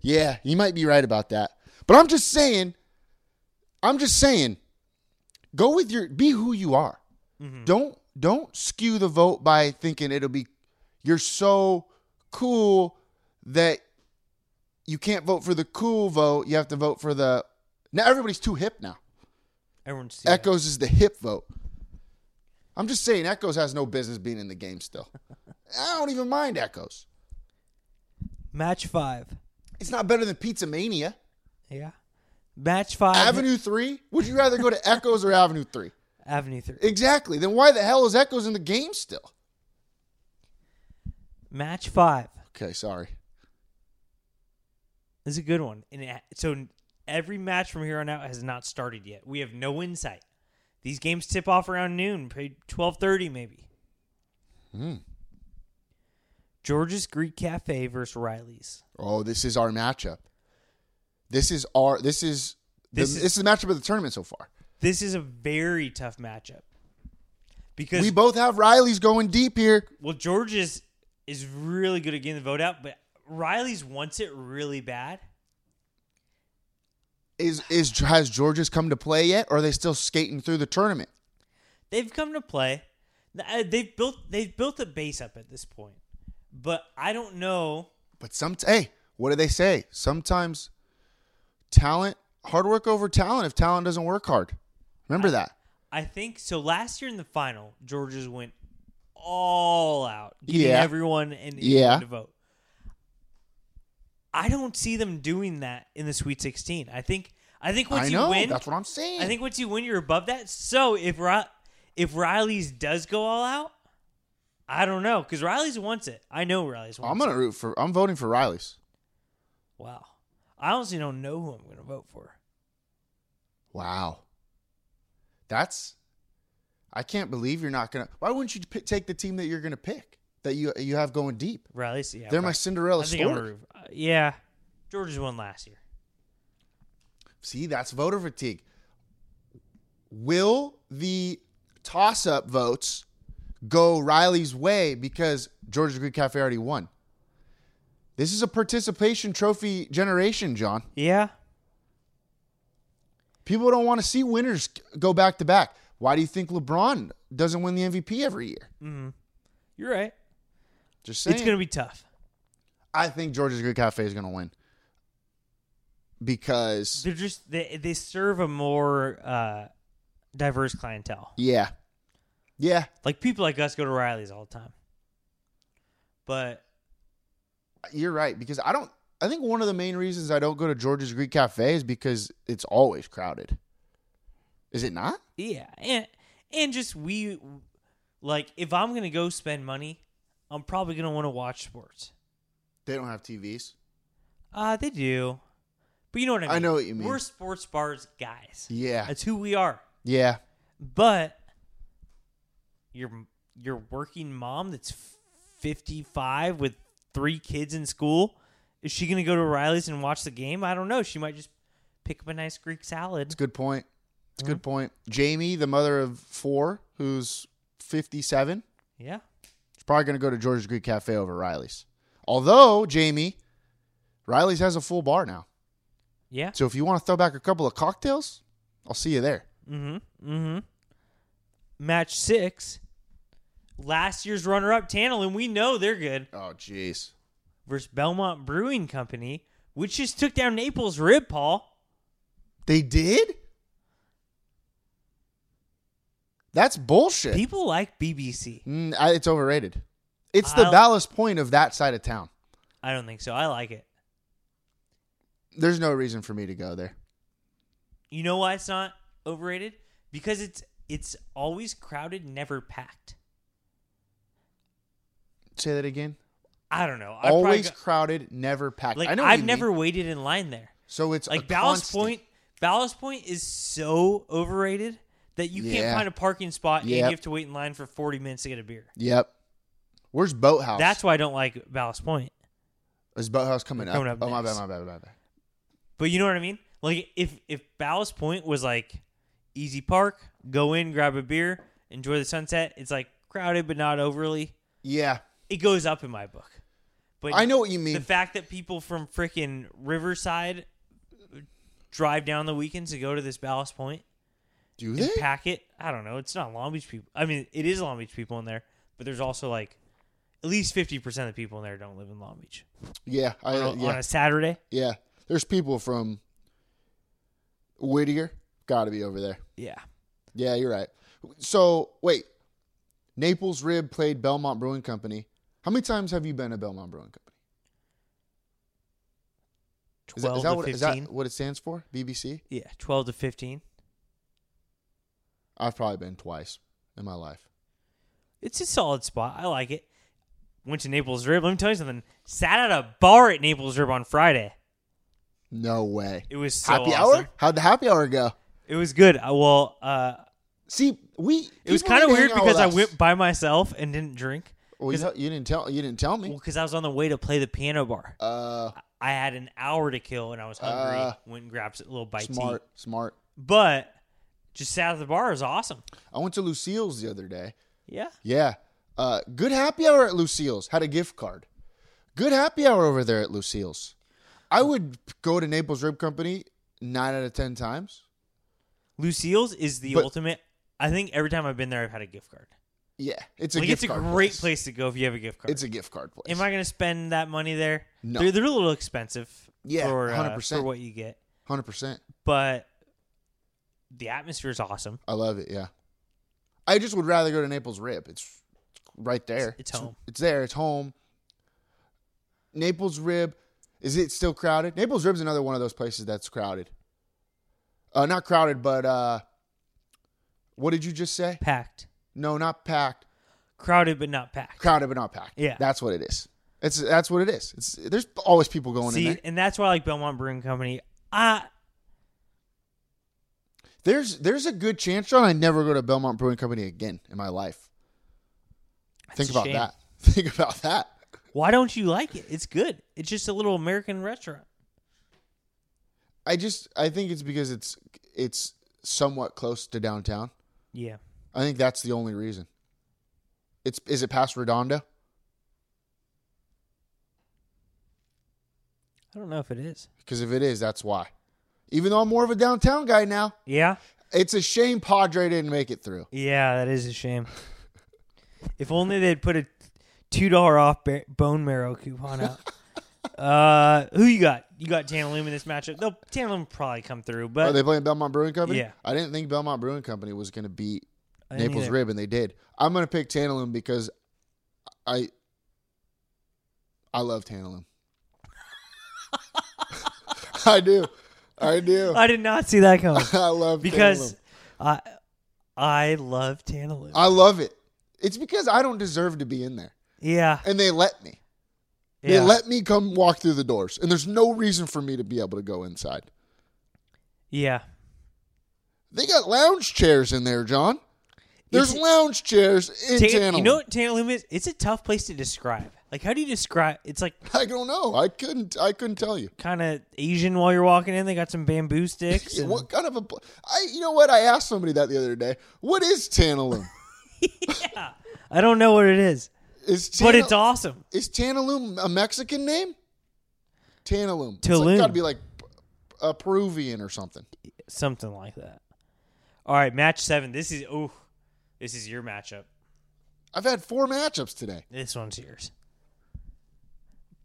[SPEAKER 1] Yeah, you might be right about that. But I'm just saying, I'm just saying, go with your be who you are. Don't don't skew the vote by thinking it'll be you're so cool that you can't vote for the cool vote. You have to vote for the now everybody's too hip now.
[SPEAKER 2] Everyone's too
[SPEAKER 1] Echoes is the hip vote. I'm just saying Echoes has no business being in the game still. I don't even mind Echoes.
[SPEAKER 2] Match five.
[SPEAKER 1] It's not better than Pizza Mania.
[SPEAKER 2] Yeah. Match five.
[SPEAKER 1] Avenue Three? Would you rather go to Echoes or Avenue Three?
[SPEAKER 2] Avenue three.
[SPEAKER 1] Exactly. Then why the hell is Echoes in the game still?
[SPEAKER 2] Match five
[SPEAKER 1] Okay, sorry.
[SPEAKER 2] is a good one, and it, so every match from here on out has not started yet. We have no insight. These games tip off around noon, twelve thirty maybe.
[SPEAKER 1] Hmm.
[SPEAKER 2] George's Greek Cafe versus Riley's.
[SPEAKER 1] Oh, this is our matchup. This is our. This is the,
[SPEAKER 2] This
[SPEAKER 1] this
[SPEAKER 2] is-
[SPEAKER 1] is, the matchup of the tournament so far.
[SPEAKER 2] This is a very tough matchup because
[SPEAKER 1] We both have Riley's going deep here.
[SPEAKER 2] Well, George is is really good at getting the vote out, but Riley's wants it really bad.
[SPEAKER 1] Is is has Georges come to play yet? Or are they still skating through the tournament?
[SPEAKER 2] They've come to play. Uh, They've built they've built a base up at this point, but I don't know.
[SPEAKER 1] But some hey, what do they say? Sometimes talent, hard work over talent. If talent doesn't work hard, remember that.
[SPEAKER 2] I think so. Last year in the final, Georgia's went all out, getting
[SPEAKER 1] Yeah.
[SPEAKER 2] everyone and
[SPEAKER 1] Yeah.
[SPEAKER 2] to vote. I don't see them doing that in the Sweet 16. I think I think once
[SPEAKER 1] I know.
[SPEAKER 2] you win,
[SPEAKER 1] That's what I'm saying.
[SPEAKER 2] I think once you win, you're above that. So if Ri- if Riley's does go all out, I don't know because Riley's wants it. I know Riley's wants.
[SPEAKER 1] I'm gonna root for. I'm voting for Riley's.
[SPEAKER 2] it. Wow, I honestly don't know who I'm going to vote for.
[SPEAKER 1] Wow. That's. I can't believe you're not gonna. Why wouldn't you pi take the team that you're gonna pick that you you have going deep?
[SPEAKER 2] Riley's, yeah,
[SPEAKER 1] They're
[SPEAKER 2] Ri-
[SPEAKER 1] my Cinderella
[SPEAKER 2] I think I'm
[SPEAKER 1] story.
[SPEAKER 2] gonna, uh, yeah, Georgia's won last year.
[SPEAKER 1] See, that's voter fatigue. Will the toss-up votes go Riley's way because Georgia Greek Cafe already won? This is a participation trophy generation, John.
[SPEAKER 2] Yeah,
[SPEAKER 1] People don't want to see winners go back to back. Why do you think LeBron doesn't win the MVP every year?
[SPEAKER 2] you're right.
[SPEAKER 1] Just saying.
[SPEAKER 2] It's going to be tough.
[SPEAKER 1] I think Georgia's Good Cafe is going to win because
[SPEAKER 2] They're just they they serve a more uh, diverse clientele.
[SPEAKER 1] yeah, yeah.
[SPEAKER 2] Like people like us go to Riley's all the time, but
[SPEAKER 1] You're right because I don't. I think one of the main reasons I don't go to Georgia's Greek Cafe is because it's always crowded. Is it not?
[SPEAKER 2] Yeah, and and just we like if I'm gonna go spend money, I'm probably gonna want to watch sports.
[SPEAKER 1] They don't have TVs.
[SPEAKER 2] Uh they do, but you know what I mean.
[SPEAKER 1] I know what you mean.
[SPEAKER 2] We're sports bars guys.
[SPEAKER 1] Yeah.
[SPEAKER 2] that's who we are.
[SPEAKER 1] Yeah,
[SPEAKER 2] But your your working mom that's 55 with three kids in school, is she gonna go to Riley's and watch the game? I don't know. She might just pick up a nice Greek salad.
[SPEAKER 1] it's a good point. It's a good point. Jamie, the mother of four, who's fifty-seven,
[SPEAKER 2] Yeah,
[SPEAKER 1] is probably going to go to Georgia's Greek Cafe over Riley's. Although Jamie, Riley's has a full bar now.
[SPEAKER 2] yeah.
[SPEAKER 1] So if you want to throw back a couple of cocktails, I'll see you there.
[SPEAKER 2] match six. Last year's runner up, Tantalum, we know they're good,
[SPEAKER 1] Oh, jeez.
[SPEAKER 2] versus Belmont Brewing Company, which just took down Naples Rib, Paul.
[SPEAKER 1] They did? That's bullshit.
[SPEAKER 2] People like BBC.
[SPEAKER 1] Mm, I- it's overrated. It's the
[SPEAKER 2] I'll-
[SPEAKER 1] ballast point of that side of town.
[SPEAKER 2] I don't think so. I like it.
[SPEAKER 1] There's no reason for me to go there.
[SPEAKER 2] You know why it's not overrated? Because it's it's always crowded, never packed.
[SPEAKER 1] Say that again.
[SPEAKER 2] I don't know. I
[SPEAKER 1] Always
[SPEAKER 2] go,
[SPEAKER 1] crowded, never packed.
[SPEAKER 2] like
[SPEAKER 1] I know what
[SPEAKER 2] I've
[SPEAKER 1] you
[SPEAKER 2] never
[SPEAKER 1] mean.
[SPEAKER 2] waited in line there.
[SPEAKER 1] So it's a
[SPEAKER 2] Like Ballast
[SPEAKER 1] constant.
[SPEAKER 2] Point, Ballast Point is so overrated that you
[SPEAKER 1] Yeah.
[SPEAKER 2] can't find a parking spot and you
[SPEAKER 1] Yep.
[SPEAKER 2] have to wait in line for forty minutes to get a beer.
[SPEAKER 1] Yep. Where's Boathouse?
[SPEAKER 2] That's why I don't like Ballast Point.
[SPEAKER 1] is Boathouse coming,
[SPEAKER 2] Coming
[SPEAKER 1] up.
[SPEAKER 2] up
[SPEAKER 1] oh my bad,
[SPEAKER 2] next.
[SPEAKER 1] my bad, my bad.
[SPEAKER 2] But you know what I mean? Like if if Ballast Point was like easy park, go in, grab a beer, enjoy the sunset. It's like crowded but not overly.
[SPEAKER 1] Yeah,
[SPEAKER 2] It goes up in my book. But
[SPEAKER 1] I know what you
[SPEAKER 2] the
[SPEAKER 1] mean.
[SPEAKER 2] fact that people from freaking Riverside drive down the weekends to go to this Ballast Point
[SPEAKER 1] Do
[SPEAKER 2] and
[SPEAKER 1] they?
[SPEAKER 2] pack it. I don't know. It's not Long Beach people. I mean, it is Long Beach people in there, but there's also like at least fifty percent of the people in there don't live in Long Beach
[SPEAKER 1] yeah, I,
[SPEAKER 2] on,
[SPEAKER 1] Uh, yeah.
[SPEAKER 2] on a Saturday.
[SPEAKER 1] Yeah. There's people from Whittier. Got to be over there.
[SPEAKER 2] Yeah.
[SPEAKER 1] Yeah, you're right. So, wait. Naples Rib played Belmont Brewing Company. How many times have you been to Belmont Brewing Company? Is that-
[SPEAKER 2] Twelve
[SPEAKER 1] is that
[SPEAKER 2] to
[SPEAKER 1] what- is
[SPEAKER 2] fifteen.
[SPEAKER 1] that what it stands for? BBC?
[SPEAKER 2] Yeah, twelve to fifteen.
[SPEAKER 1] I've probably been twice in my life.
[SPEAKER 2] It's a solid spot. I like it. Went to Naples Rib. Let me tell you something. Sat at a bar at Naples Rib on Friday.
[SPEAKER 1] No way.
[SPEAKER 2] It was so
[SPEAKER 1] happy
[SPEAKER 2] awesome.
[SPEAKER 1] hour? How'd the happy hour go?
[SPEAKER 2] It was good. I, well, uh,
[SPEAKER 1] See, we.
[SPEAKER 2] it was
[SPEAKER 1] people
[SPEAKER 2] kind of
[SPEAKER 1] need to
[SPEAKER 2] weird
[SPEAKER 1] hang out with
[SPEAKER 2] because I
[SPEAKER 1] us.
[SPEAKER 2] went by myself and didn't drink.
[SPEAKER 1] Well, you, you didn't tell. You didn't tell me.
[SPEAKER 2] Well, because I was on the way to play the piano bar.
[SPEAKER 1] Uh,
[SPEAKER 2] I had an hour to kill and I was hungry.
[SPEAKER 1] Uh,
[SPEAKER 2] went and grabbed a little bite to
[SPEAKER 1] smart,
[SPEAKER 2] eat.
[SPEAKER 1] smart.
[SPEAKER 2] But just sat at the bar. It was awesome.
[SPEAKER 1] I went to Lucille's the other day.
[SPEAKER 2] Yeah.
[SPEAKER 1] Yeah. Uh, good happy hour at Lucille's. Had a gift card. Good happy hour over there at Lucille's. I would go to Naples Rib Company nine out of ten times.
[SPEAKER 2] Lucille's is the
[SPEAKER 1] But-
[SPEAKER 2] ultimate. I think every time I've been there, I've had a gift card.
[SPEAKER 1] Yeah, it's a
[SPEAKER 2] Like
[SPEAKER 1] gift
[SPEAKER 2] it's a
[SPEAKER 1] card
[SPEAKER 2] great
[SPEAKER 1] place.
[SPEAKER 2] place to go if you have a gift card.
[SPEAKER 1] It's a gift card place.
[SPEAKER 2] Am I going to spend that money there?
[SPEAKER 1] No.
[SPEAKER 2] They're, they're a little expensive.
[SPEAKER 1] Yeah,
[SPEAKER 2] for, uh,
[SPEAKER 1] 100%.
[SPEAKER 2] for what you get,
[SPEAKER 1] Hundred percent.
[SPEAKER 2] but the atmosphere is awesome.
[SPEAKER 1] I love it. Yeah, I just would rather go to Naples Rib. It's right there.
[SPEAKER 2] It's- it's home.
[SPEAKER 1] It's there. It's home. Naples Rib, is it still crowded? Naples Rib's another one of those places that's crowded. Uh, not crowded, but uh, what did you just say?
[SPEAKER 2] Packed,
[SPEAKER 1] No, not packed.
[SPEAKER 2] crowded but not packed.
[SPEAKER 1] Crowded, but not packed.
[SPEAKER 2] Yeah.
[SPEAKER 1] that's what it is. It's that's what it is. It's there's always people going in
[SPEAKER 2] See,
[SPEAKER 1] there.
[SPEAKER 2] and that's why I like Belmont Brewing Company. I
[SPEAKER 1] There's there's a good chance, John. I never go to Belmont Brewing Company again in my life. Think
[SPEAKER 2] a
[SPEAKER 1] about
[SPEAKER 2] shame.
[SPEAKER 1] that. Think about that.
[SPEAKER 2] why don't you like it? It's good. It's just a little American restaurant.
[SPEAKER 1] I just I think it's because it's it's somewhat close to downtown.
[SPEAKER 2] Yeah,
[SPEAKER 1] I think that's the only reason. It's is it past Redondo?
[SPEAKER 2] I don't know if it is.
[SPEAKER 1] Because if it is, that's why. Even though I'm more of a downtown guy now,
[SPEAKER 2] Yeah,
[SPEAKER 1] it's a shame Padre didn't make it through.
[SPEAKER 2] yeah, that is a shame. if only they'd put a two dollar off ba- bone marrow coupon out. uh, who you got? You got Tantaloom in this matchup. They'll Tantaloom will probably come through, but
[SPEAKER 1] Are Oh, they playing Belmont Brewing Company?
[SPEAKER 2] Yeah.
[SPEAKER 1] I didn't think Belmont Brewing Company was going to beat
[SPEAKER 2] I didn't
[SPEAKER 1] Naples
[SPEAKER 2] either.
[SPEAKER 1] Rib, and they did. I'm going to pick Tantalum because I I love Tantalum. I do. I do.
[SPEAKER 2] I did not see that coming
[SPEAKER 1] I love
[SPEAKER 2] because
[SPEAKER 1] Tantalum.
[SPEAKER 2] I I love Tantaloom.
[SPEAKER 1] I love it. It's because I don't deserve to be in there,
[SPEAKER 2] yeah,
[SPEAKER 1] and they let me. They
[SPEAKER 2] yeah.
[SPEAKER 1] let me come walk through the doors, and there's no reason for me to be able to go inside.
[SPEAKER 2] yeah.
[SPEAKER 1] They got lounge chairs in there, John. There's
[SPEAKER 2] It's-
[SPEAKER 1] lounge chairs in
[SPEAKER 2] Tan-
[SPEAKER 1] Tantalum.
[SPEAKER 2] you know what Tantaloom is? It's a tough place to describe. Like, how do you describe? It's like
[SPEAKER 1] I don't know. I couldn't. I couldn't tell you.
[SPEAKER 2] kind of Asian while you're walking in. They got some bamboo sticks.
[SPEAKER 1] Yeah,
[SPEAKER 2] and-
[SPEAKER 1] what kind of a? pl- I you know what? I asked somebody that the other day. What is Tantalum?
[SPEAKER 2] I don't know what it is,
[SPEAKER 1] Is
[SPEAKER 2] but
[SPEAKER 1] Tana-
[SPEAKER 2] it's awesome.
[SPEAKER 1] is Tantalum a Mexican name? Tantalum.
[SPEAKER 2] Tulum.
[SPEAKER 1] It's got to be like P- a Peruvian or something.
[SPEAKER 2] Something like that. All right, match seven. This is oh, this is your matchup.
[SPEAKER 1] I've had four matchups today.
[SPEAKER 2] This one's yours.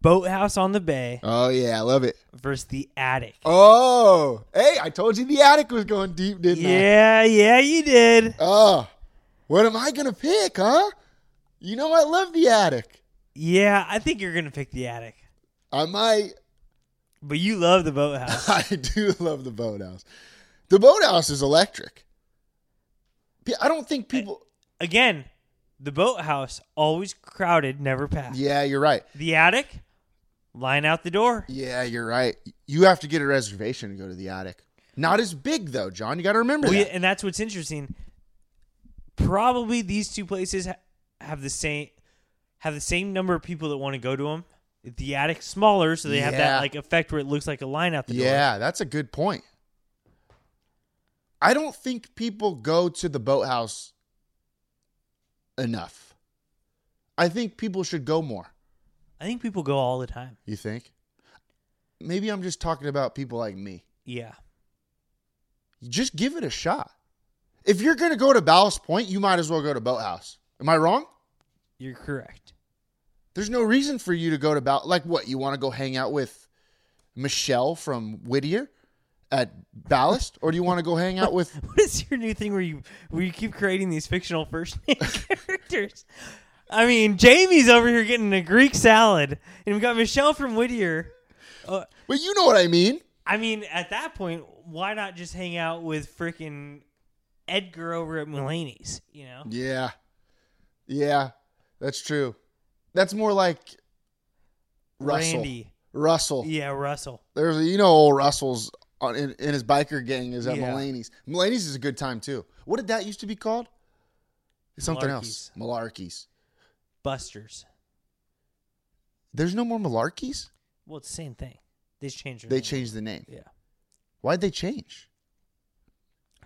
[SPEAKER 2] Boathouse on the Bay
[SPEAKER 1] Oh yeah, I love it.
[SPEAKER 2] versus the Attic.
[SPEAKER 1] Oh, hey, I told you the attic was going deep, didn't I?
[SPEAKER 2] yeah, yeah, you did.
[SPEAKER 1] Oh, what am I gonna pick, huh? You know I love the attic.
[SPEAKER 2] Yeah, I think you're gonna pick the Attic,
[SPEAKER 1] I might.
[SPEAKER 2] but you love the Boathouse.
[SPEAKER 1] I do love the boathouse. The boathouse is electric. P- I don't think people.
[SPEAKER 2] Again, the Boathouse always crowded, never packed.
[SPEAKER 1] Yeah, you're right.
[SPEAKER 2] The Attic, line out the door.
[SPEAKER 1] Yeah, you're right. You have to get a reservation to go to the attic. Not as big though, John. You got to remember
[SPEAKER 2] Well, yeah,
[SPEAKER 1] that.
[SPEAKER 2] and that's what's interesting. Probably these two places ha- have the same have the same number of people that want to go to them. The attic's smaller, so they have
[SPEAKER 1] Yeah.
[SPEAKER 2] that like effect where it looks like a line out the door.
[SPEAKER 1] Yeah, that's a good point. I don't think people go to the boathouse enough. I think people should go more.
[SPEAKER 2] I think people go all the time.
[SPEAKER 1] You think? Maybe I'm just talking about people like me.
[SPEAKER 2] Yeah,
[SPEAKER 1] Just give it a shot. If you're going to go to Ballast Point, you might as well go to Boathouse. Am I wrong?
[SPEAKER 2] you're correct.
[SPEAKER 1] There's no reason for you to go to Bal. Like what? You want to go hang out with Michelle from Whittier at Ballast, or do you want to go hang out with?
[SPEAKER 2] What is your new thing where you where you keep creating these fictional first name characters? I mean, Jamie's over here getting a Greek salad, and we've got Michelle from Whittier.
[SPEAKER 1] But you know what I mean.
[SPEAKER 2] I mean, at that point, why not just hang out with freaking Edgar over at Mulaney's? You know,
[SPEAKER 1] Yeah, yeah, that's true. That's more like Russell.
[SPEAKER 2] Randy.
[SPEAKER 1] Russell.
[SPEAKER 2] Yeah, Russell.
[SPEAKER 1] There's you know old Russell's on, in, in his biker gang is at
[SPEAKER 2] Yeah.
[SPEAKER 1] Mulaney's. Mulaney's is a good time too. What did that used to be called? Something else. Malarkeys.
[SPEAKER 2] Buster's.
[SPEAKER 1] There's no more Malarkeys.
[SPEAKER 2] Well, it's the same thing. They just changed. their
[SPEAKER 1] They
[SPEAKER 2] name.
[SPEAKER 1] changed the name.
[SPEAKER 2] Yeah,
[SPEAKER 1] Why'd they change?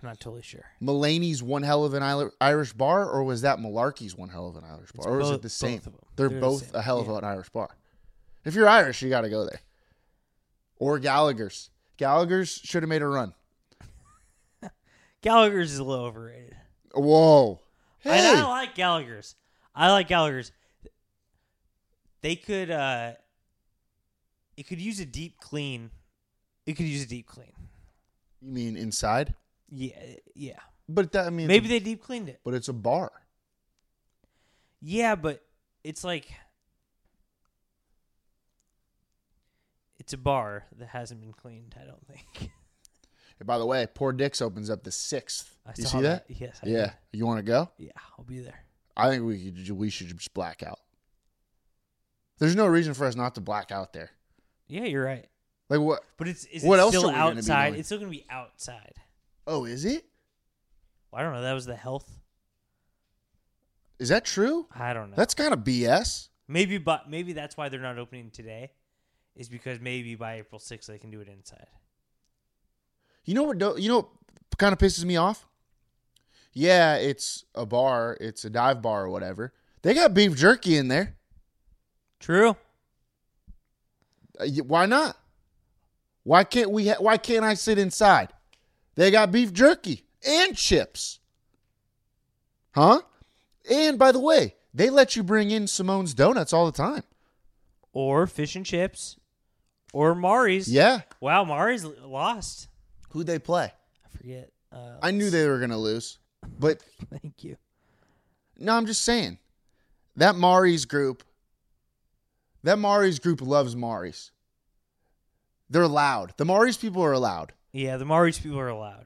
[SPEAKER 2] I'm not totally sure.
[SPEAKER 1] Mulaney's one hell of an Ili- Irish bar, or was that Malarkey's one hell of an Irish bar,
[SPEAKER 2] It's
[SPEAKER 1] or is
[SPEAKER 2] both-
[SPEAKER 1] it the same?
[SPEAKER 2] both of 'em.
[SPEAKER 1] They're,
[SPEAKER 2] They're the
[SPEAKER 1] both
[SPEAKER 2] same,
[SPEAKER 1] a hell of
[SPEAKER 2] yeah.
[SPEAKER 1] an Irish bar. If you're Irish, you got to go there. Or Gallagher's. Gallagher's should have made a run.
[SPEAKER 2] Gallagher's is a little overrated.
[SPEAKER 1] Whoa, Hey,
[SPEAKER 2] And I like Gallagher's. I like Gallagher's. They could uh it could use a deep clean. It could use a deep clean.
[SPEAKER 1] you mean inside?
[SPEAKER 2] Yeah, yeah.
[SPEAKER 1] But that I mean,
[SPEAKER 2] Maybe
[SPEAKER 1] it's a,
[SPEAKER 2] they deep cleaned it.
[SPEAKER 1] but it's a bar.
[SPEAKER 2] Yeah, but it's like it's a bar that hasn't been cleaned, I don't think.
[SPEAKER 1] And by the way, Poor Dicks opens up the sixth.
[SPEAKER 2] I
[SPEAKER 1] you
[SPEAKER 2] saw
[SPEAKER 1] see that?
[SPEAKER 2] that. Yes, I
[SPEAKER 1] yeah. You want to go?
[SPEAKER 2] Yeah, I'll be there.
[SPEAKER 1] I think we could, we should just black out. There's no reason for us not to black out there.
[SPEAKER 2] Yeah, you're right.
[SPEAKER 1] Like what?
[SPEAKER 2] But it's is
[SPEAKER 1] What
[SPEAKER 2] it
[SPEAKER 1] else
[SPEAKER 2] still
[SPEAKER 1] are we gonna be
[SPEAKER 2] outside?
[SPEAKER 1] doing?
[SPEAKER 2] It's still gonna be outside.
[SPEAKER 1] Oh, is it?
[SPEAKER 2] Well, I don't know. That was the health.
[SPEAKER 1] Is that true?
[SPEAKER 2] I don't know.
[SPEAKER 1] That's kind of BS.
[SPEAKER 2] Maybe, but maybe that's why they're not opening today, is because maybe by April 6th they can do it inside.
[SPEAKER 1] You know what? do- You know what kind of pisses me off? Yeah, it's a bar. It's a dive bar or whatever. They got beef jerky in there.
[SPEAKER 2] True.
[SPEAKER 1] Uh, y- Why not? Why can't we? Ha- why can't I sit inside? They got beef jerky and chips, huh? And by the way, they let you bring in Simone's donuts all the time.
[SPEAKER 2] Or fish and chips, or Mari's.
[SPEAKER 1] Yeah,
[SPEAKER 2] Wow, Mari's l- lost.
[SPEAKER 1] who they play?
[SPEAKER 2] I forget. Uh,
[SPEAKER 1] I knew they were gonna lose, but
[SPEAKER 2] Thank you.
[SPEAKER 1] No, I'm just saying. That Mari's group, that Mari's group loves Mari's. They're loud. The Mari's people are loud,
[SPEAKER 2] Yeah, the Mari's people are allowed.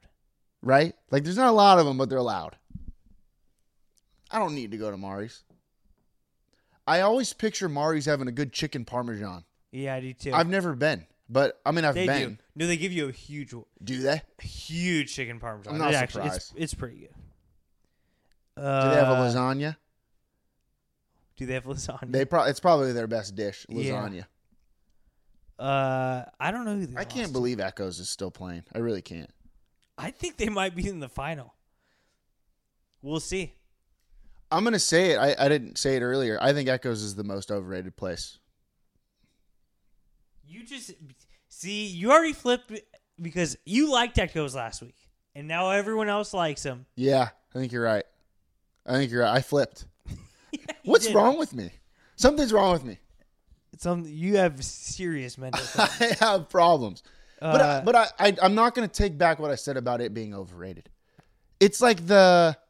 [SPEAKER 1] right? Like, there's not a lot of them, but they're loud. I don't need to go to Mari's. I always picture Mari's having a good chicken parmesan.
[SPEAKER 2] Yeah, I do too.
[SPEAKER 1] I've never been, but I mean, I've
[SPEAKER 2] they do.
[SPEAKER 1] been.
[SPEAKER 2] No, they give you a huge,
[SPEAKER 1] Do. they?
[SPEAKER 2] huge chicken parmesan.
[SPEAKER 1] I'm not
[SPEAKER 2] It actually, it's,
[SPEAKER 1] surprised.
[SPEAKER 2] it's pretty good.
[SPEAKER 1] Do
[SPEAKER 2] Uh,
[SPEAKER 1] they have a lasagna?
[SPEAKER 2] Do they have lasagna?
[SPEAKER 1] They pro- It's probably their best dish,
[SPEAKER 2] Yeah.
[SPEAKER 1] lasagna.
[SPEAKER 2] uh, I don't know who they
[SPEAKER 1] I can't
[SPEAKER 2] lost.
[SPEAKER 1] believe Echoes is still playing. I really can't.
[SPEAKER 2] I think they might be in the final. We'll see.
[SPEAKER 1] I'm gonna say it. I, I didn't say it earlier. I think Echoes is the most overrated place.
[SPEAKER 2] You just see you already flipped because you liked Echoes last week, and now everyone else likes them.
[SPEAKER 1] Yeah, I think you're right. I think you're right. I flipped. What's wrong with me? Something's wrong with me.
[SPEAKER 2] Some you have serious mental.
[SPEAKER 1] I have problems. but I,
[SPEAKER 2] Uh,
[SPEAKER 1] but I, I I'm not gonna take back what I said about it being overrated. It's like the.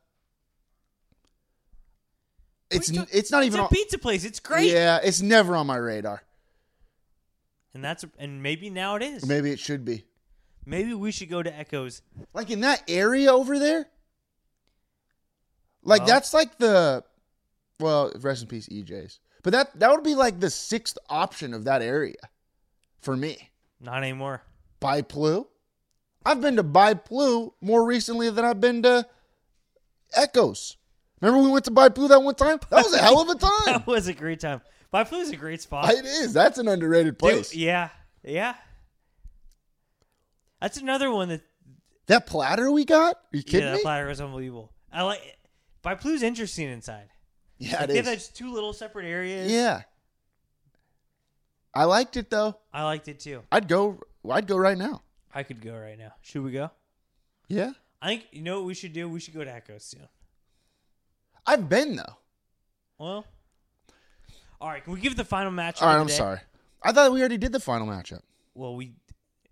[SPEAKER 1] It's
[SPEAKER 2] you
[SPEAKER 1] n-
[SPEAKER 2] talk-
[SPEAKER 1] it's not
[SPEAKER 2] it's
[SPEAKER 1] even
[SPEAKER 2] a
[SPEAKER 1] on,
[SPEAKER 2] pizza place. It's great,
[SPEAKER 1] yeah. It's never on my radar.
[SPEAKER 2] and that's and maybe now it is. Maybe,
[SPEAKER 1] Maybe it should be.
[SPEAKER 2] we should go to Echoes.
[SPEAKER 1] Like in that area over there? Like
[SPEAKER 2] Well-
[SPEAKER 1] that's like the well, rest in peace, EJ's. But that that would be like the sixth option of that area for me.
[SPEAKER 2] Not anymore.
[SPEAKER 1] Biplu. I've been to Biplu more recently than I've been to Echoes. Remember when we went to Biplu that one time? That was a hell of a time.
[SPEAKER 2] That was a great time. By Flu is a great spot.
[SPEAKER 1] It is. That's an underrated place.
[SPEAKER 2] Dude, yeah, yeah. That's another one that
[SPEAKER 1] That platter we got? Are you kidding
[SPEAKER 2] yeah,
[SPEAKER 1] me?
[SPEAKER 2] that platter was unbelievable. I like by Plu's interesting inside.
[SPEAKER 1] yeah, it
[SPEAKER 2] they
[SPEAKER 1] is.
[SPEAKER 2] have those two little separate areas.
[SPEAKER 1] yeah. I liked it though.
[SPEAKER 2] I liked it too.
[SPEAKER 1] I'd go. I'd go right now.
[SPEAKER 2] I could go right now. Should we go?
[SPEAKER 1] Yeah,
[SPEAKER 2] I think you know what we should do. We should go to Echo soon.
[SPEAKER 1] I've been though.
[SPEAKER 2] Well, all right. Can we give the final match?
[SPEAKER 1] All right,
[SPEAKER 2] of the
[SPEAKER 1] I'm
[SPEAKER 2] day?
[SPEAKER 1] sorry. I thought we already did the final matchup.
[SPEAKER 2] Well, we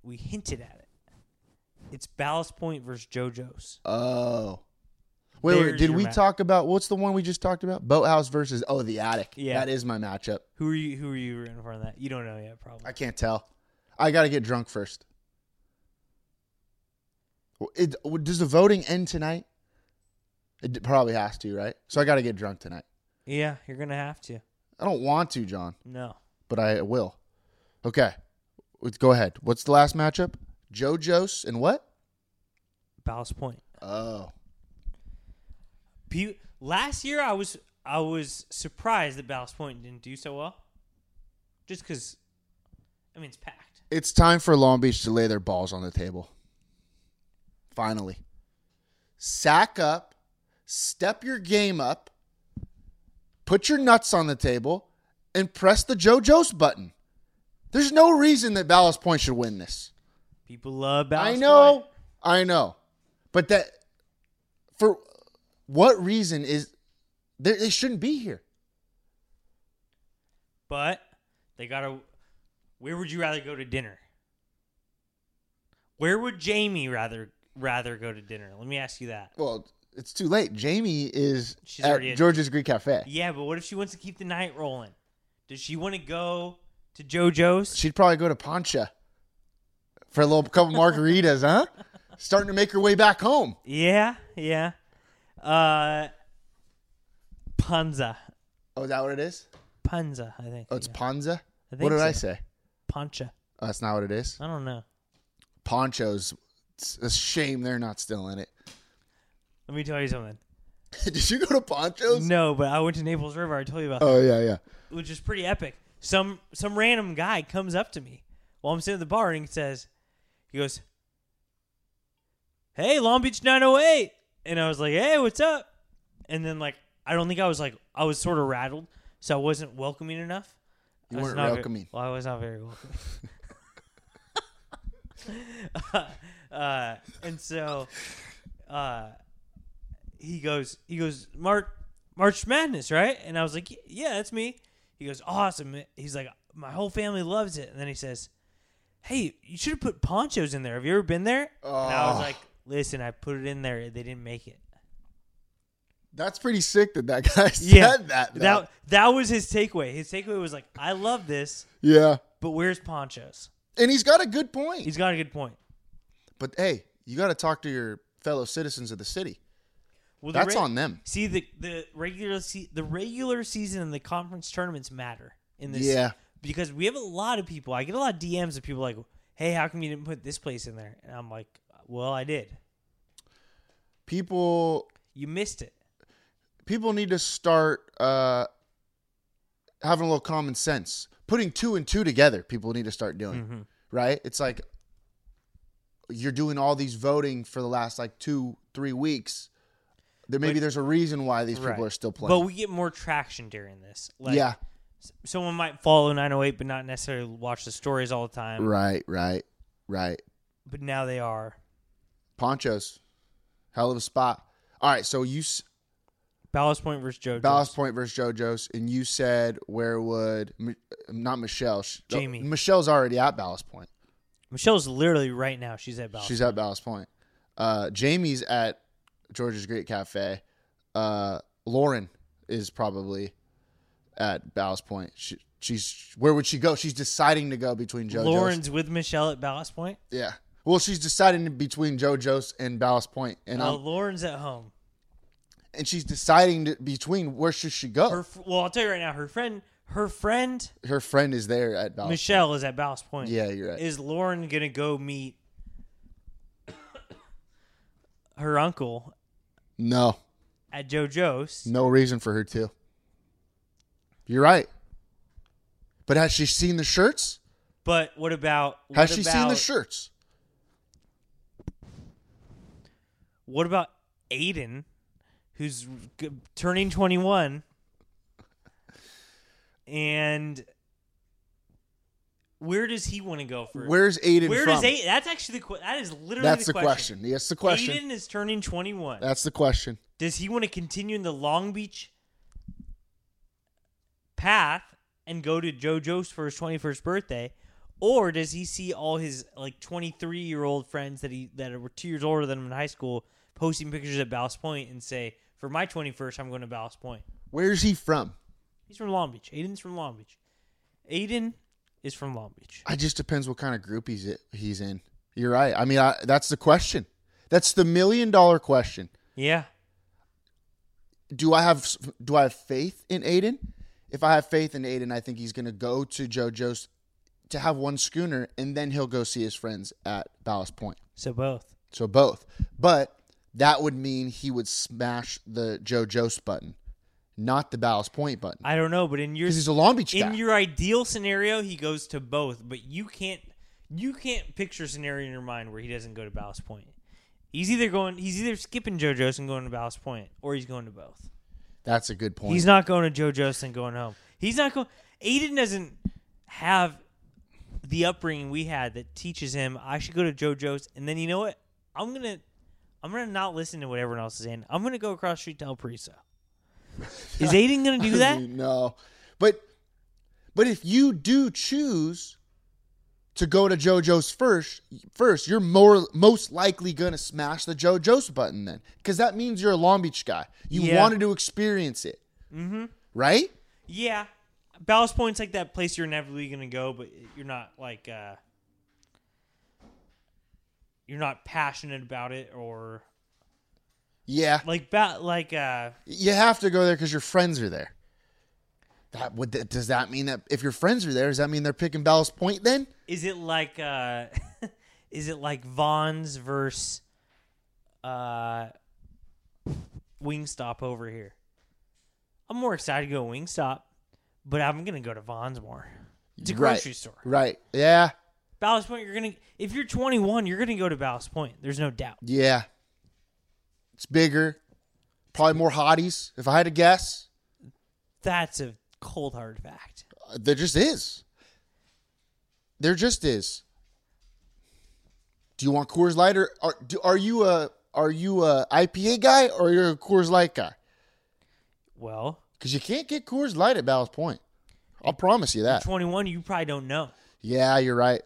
[SPEAKER 2] we hinted at it. It's Ballast Point versus JoJo's.
[SPEAKER 1] Oh, wait, wait.
[SPEAKER 2] There's
[SPEAKER 1] Did
[SPEAKER 2] your
[SPEAKER 1] we
[SPEAKER 2] match.
[SPEAKER 1] talk about what's the one we just talked about? Boathouse versus oh the attic.
[SPEAKER 2] Yeah.
[SPEAKER 1] that is my matchup.
[SPEAKER 2] Who are you? Who are you rooting for in that? You don't know yet, probably.
[SPEAKER 1] I can't tell. I got to get drunk first. Well, It, well, does the voting end tonight? It d- probably has to, right? So I got to get drunk tonight.
[SPEAKER 2] yeah, you're gonna have to.
[SPEAKER 1] I don't want to, John,
[SPEAKER 2] No,
[SPEAKER 1] but I will. Okay, let's go ahead. What's the last matchup? Joe Jose and what?
[SPEAKER 2] Ballast Point.
[SPEAKER 1] Oh,
[SPEAKER 2] Pe- Last year, I was I was surprised that Ballast Point didn't do so well, just because. I mean, it's packed.
[SPEAKER 1] It's time for Long Beach to lay their balls on the table. Finally. Sack up, step your game up, put your nuts on the table, and press the JoJo's button. There's no reason that Ballast Point should win this.
[SPEAKER 2] People love Ballast
[SPEAKER 1] I know.
[SPEAKER 2] Point.
[SPEAKER 1] I know. But that for what reason is they, they shouldn't be here?
[SPEAKER 2] But they got to. Where would you rather go to dinner? Where would Jamie rather rather go to dinner? Let me ask you that.
[SPEAKER 1] Well, it's too late. Jamie is
[SPEAKER 2] She's
[SPEAKER 1] at
[SPEAKER 2] already at-
[SPEAKER 1] George's Greek Cafe.
[SPEAKER 2] Yeah, but what if she wants to keep the night rolling? Does she want to go to JoJo's?
[SPEAKER 1] She'd probably go to Pancha for a little couple margaritas, huh? Starting to make her way back home.
[SPEAKER 2] yeah, yeah. Uh, Panza,
[SPEAKER 1] Oh, is that what it is?
[SPEAKER 2] Panza, I think.
[SPEAKER 1] Oh, it's
[SPEAKER 2] yeah.
[SPEAKER 1] Panza.
[SPEAKER 2] I
[SPEAKER 1] What
[SPEAKER 2] think
[SPEAKER 1] did
[SPEAKER 2] so.
[SPEAKER 1] I say?
[SPEAKER 2] Pancha.
[SPEAKER 1] Oh, that's not what it is.
[SPEAKER 2] I don't know.
[SPEAKER 1] Ponchos. It's a shame they're not still in it.
[SPEAKER 2] Let me tell you something.
[SPEAKER 1] Did you go to Ponchos?
[SPEAKER 2] No, but I went to Naples River. I told you about,
[SPEAKER 1] Oh yeah, yeah.
[SPEAKER 2] which is pretty epic. Some some random guy comes up to me while I'm sitting at the bar and he says, he goes, "Hey, Long Beach 908," and I was like, "Hey, what's up?" And then like I don't think I was like I was sort of rattled, so I wasn't welcoming enough.
[SPEAKER 1] You
[SPEAKER 2] I was
[SPEAKER 1] weren't
[SPEAKER 2] not ve-
[SPEAKER 1] welcoming.
[SPEAKER 2] well, I was not very welcoming. uh, and so uh, he goes, he goes, Mark, March Madness, right? And I was like, yeah, that's me. He goes, awesome. He's like, my whole family loves it. And then he says, hey, you should have put ponchos in there. Have you ever been there? And I was
[SPEAKER 1] Oh.
[SPEAKER 2] like, listen, I put it in there. They didn't make it.
[SPEAKER 1] That's pretty sick that that guy said
[SPEAKER 2] Yeah,
[SPEAKER 1] that. though.
[SPEAKER 2] that that was his takeaway. His takeaway was like, I love this,
[SPEAKER 1] yeah.
[SPEAKER 2] but where's ponchos?
[SPEAKER 1] And he's got a good point.
[SPEAKER 2] He's got a good point.
[SPEAKER 1] but hey, you got to talk to your fellow citizens of the city.
[SPEAKER 2] Well, the
[SPEAKER 1] That's
[SPEAKER 2] reg-
[SPEAKER 1] on them.
[SPEAKER 2] See the the regular se- the regular season and the conference tournaments matter in this.
[SPEAKER 1] Yeah.
[SPEAKER 2] Because we have a lot of people. I get a lot of DMs of people like, "Hey, how come you didn't put this place in there?" And I'm like, "Well, I did.
[SPEAKER 1] People
[SPEAKER 2] You missed it."
[SPEAKER 1] people need to start uh, having a little common sense. Putting two and two together, people need to start doing.
[SPEAKER 2] Mm-hmm.
[SPEAKER 1] Right? It's like you're doing all these voting for the last like two, three weeks. There maybe there's a reason why these people are still playing.
[SPEAKER 2] But we get more traction during this. Like,
[SPEAKER 1] yeah.
[SPEAKER 2] Someone might follow 908, but not necessarily watch the stories all the time.
[SPEAKER 1] Right, right, right.
[SPEAKER 2] But now they are.
[SPEAKER 1] Ponchos, hell of a spot. All right, so you s-
[SPEAKER 2] Ballast Point versus JoJo's.
[SPEAKER 1] Ballast Point versus JoJo's, and you said where would Mi- not Michelle? sh-
[SPEAKER 2] Jamie.
[SPEAKER 1] Michelle's already at Ballast Point.
[SPEAKER 2] Michelle's literally right now. She's at Ballast.
[SPEAKER 1] She's at Ballast Point. Uh, Jamie's at George's Great Cafe. Uh, Lauren is probably at Ballast Point. She, she's where would she go? She's deciding to go between JoJo's.
[SPEAKER 2] Lauren's with Michelle at Ballast Point.
[SPEAKER 1] yeah. Well, she's deciding between JoJo's and Ballast Point, and
[SPEAKER 2] Uh,
[SPEAKER 1] I'm,
[SPEAKER 2] Lauren's at home.
[SPEAKER 1] and she's deciding to, between where should she go.
[SPEAKER 2] her
[SPEAKER 1] Her,
[SPEAKER 2] f- well i'll tell you right now her friend her friend
[SPEAKER 1] friend is there at Ballast.
[SPEAKER 2] michelle is at ballast point
[SPEAKER 1] Oh. Yeah, you're right.
[SPEAKER 2] is lauren gonna go meet her uncle
[SPEAKER 1] No,
[SPEAKER 2] at jojo's
[SPEAKER 1] no reason for her to. You're right. But has she seen the shirts?
[SPEAKER 2] but what about
[SPEAKER 1] Has
[SPEAKER 2] what
[SPEAKER 1] she
[SPEAKER 2] about,
[SPEAKER 1] seen the shirts?
[SPEAKER 2] what about aiden who's g- turning 21 and where does he want to go for
[SPEAKER 1] Where's Aiden
[SPEAKER 2] where
[SPEAKER 1] from?
[SPEAKER 2] does Aiden? That's actually the que- that is literally
[SPEAKER 1] That's the
[SPEAKER 2] the
[SPEAKER 1] question. Yes, the question.
[SPEAKER 2] Aiden is turning twenty one.
[SPEAKER 1] That's the question.
[SPEAKER 2] Does he want to continue in the Long Beach path and go to JoJo's for his 21st birthday? Or does he see all his like 23 year old friends that he that were two years older than him in high school posting pictures at Ballast Point and say, for my 21st, I'm going to Ballast Point?
[SPEAKER 1] Where's he from?
[SPEAKER 2] He's from Long Beach. Aiden's from Long Beach. Aiden is from Long Beach.
[SPEAKER 1] It just depends what kind of group he's i- he's in. You're right. I mean, I, that's the question. That's the million dollar question.
[SPEAKER 2] Yeah.
[SPEAKER 1] Do I have s- do I have faith in Aiden? If I have faith in Aiden, I think he's going to go to JoJo's to have one schooner, and then he'll go see his friends at Ballast Point.
[SPEAKER 2] So both.
[SPEAKER 1] So both. But that would mean he would smash the JoJo's button, not the Ballast Point button,
[SPEAKER 2] I don't know, but in your
[SPEAKER 1] because he's a Long Beach guy.
[SPEAKER 2] in your ideal scenario he goes to both but you can't you can't picture a scenario in your mind where he doesn't go to ballast point he's either going he's either skipping jojo's and going to ballast point or he's going to both
[SPEAKER 1] that's a good point.
[SPEAKER 2] he's not going to jojo's and going home he's not going aiden doesn't have the upbringing we had that teaches him i should go to jojo's and then you know what i'm gonna I'm gonna not listen to what everyone else is saying. I'm gonna go across the street to El Parisa. Is Aiden gonna do that?
[SPEAKER 1] no. But but if you do choose to go to JoJo's first, first you're more most likely gonna smash the JoJo's button then, because that means you're a Long Beach guy. You
[SPEAKER 2] Yeah.
[SPEAKER 1] wanted to experience it, mm-hmm. right?
[SPEAKER 2] Yeah. Ballast Point's like that place you're inevitably gonna go, but you're not like uh you're not passionate about it or
[SPEAKER 1] Yeah,
[SPEAKER 2] like ba- like uh
[SPEAKER 1] you have to go there because your friends are there. That would that, does that mean that if your friends are there, does that mean they're picking Ballast Point then?
[SPEAKER 2] is it like uh is it like Vaughn's versus uh Wingstop over here? I'm more excited to go Wingstop, but I'm gonna go to Vaughn's more. It's a grocery
[SPEAKER 1] right.
[SPEAKER 2] store.
[SPEAKER 1] Right. Yeah.
[SPEAKER 2] Ballast Point, you're gonna if you're 21, you're gonna go to Ballast Point. There's no doubt.
[SPEAKER 1] Yeah. It's bigger. Probably more hotties. If I had to guess,
[SPEAKER 2] That's a cold hard fact.
[SPEAKER 1] uh, there just is. There just is. Do you want Coors Light or are, do, are you a are you a IPA guy or you're a Coors Light guy?
[SPEAKER 2] Well,
[SPEAKER 1] Because you can't get Coors Light at Ballast Point. I'll promise you that.
[SPEAKER 2] 21, you probably don't know.
[SPEAKER 1] Yeah, you're right.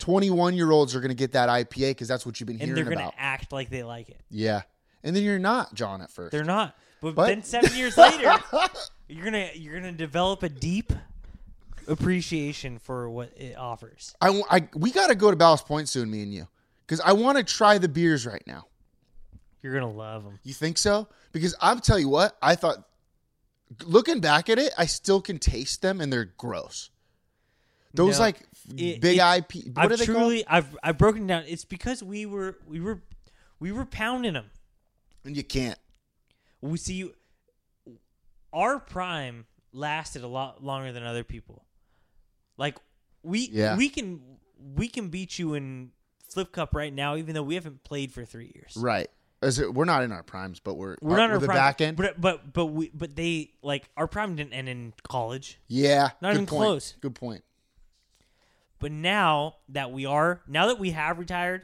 [SPEAKER 1] Twenty-one year olds are going to get that IPA because that's what you've been
[SPEAKER 2] And
[SPEAKER 1] hearing
[SPEAKER 2] they're going
[SPEAKER 1] about.
[SPEAKER 2] to act like they like it.
[SPEAKER 1] yeah, and then you're not John at first.
[SPEAKER 2] They're not. But,
[SPEAKER 1] But-
[SPEAKER 2] then 7 years later, you're going to you're going to develop a deep appreciation for what it offers.
[SPEAKER 1] I, w- I- we got to go to Ballast Point soon, me and you, because I want to try the beers right now.
[SPEAKER 2] You're going to love them.
[SPEAKER 1] You think so? Because I'll tell you what, I thought. Looking back at it, I still can taste them, and they're gross. Those
[SPEAKER 2] No,
[SPEAKER 1] like
[SPEAKER 2] it-
[SPEAKER 1] big
[SPEAKER 2] it's-
[SPEAKER 1] IP. What
[SPEAKER 2] I've
[SPEAKER 1] are they called?
[SPEAKER 2] truly I've I've broken down. It's because we were we were we were pounding them.
[SPEAKER 1] And you can't.
[SPEAKER 2] We see our prime lasted a lot longer than other people. Like we
[SPEAKER 1] Yeah.
[SPEAKER 2] we can we can beat you in flip cup right now, even though we haven't played for three years.
[SPEAKER 1] Right. Is it, we're not in our primes, but we're
[SPEAKER 2] We're not our
[SPEAKER 1] the
[SPEAKER 2] prime,
[SPEAKER 1] back end.
[SPEAKER 2] but but but we but they like our prime didn't end in college.
[SPEAKER 1] yeah, good
[SPEAKER 2] Not even
[SPEAKER 1] point.
[SPEAKER 2] close.
[SPEAKER 1] Good point.
[SPEAKER 2] But now that we are now that we have retired,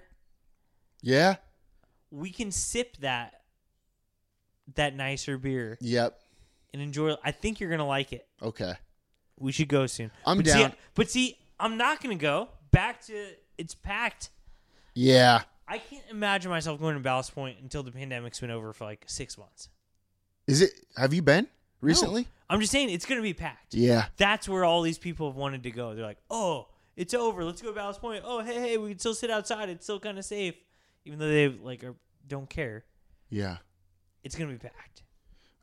[SPEAKER 1] Yeah.
[SPEAKER 2] we can sip that that nicer beer
[SPEAKER 1] Yep.
[SPEAKER 2] and enjoy. I think you're gonna like it.
[SPEAKER 1] Okay.
[SPEAKER 2] We should go soon.
[SPEAKER 1] I'm
[SPEAKER 2] but
[SPEAKER 1] down.
[SPEAKER 2] See, but see, I'm not gonna go back to it's packed.
[SPEAKER 1] Yeah.
[SPEAKER 2] I can't imagine myself going to Ballast Point until the pandemic's been over for like six months.
[SPEAKER 1] Is it? Have you been
[SPEAKER 2] No.
[SPEAKER 1] recently?
[SPEAKER 2] I'm just saying it's gonna be packed.
[SPEAKER 1] Yeah.
[SPEAKER 2] That's where all these people have wanted to go. They're like, oh, it's over. Let's go to Ballast Point. Oh, hey, hey, we can still sit outside. It's still kind of safe, even though they like are, don't care.
[SPEAKER 1] Yeah.
[SPEAKER 2] It's gonna be packed.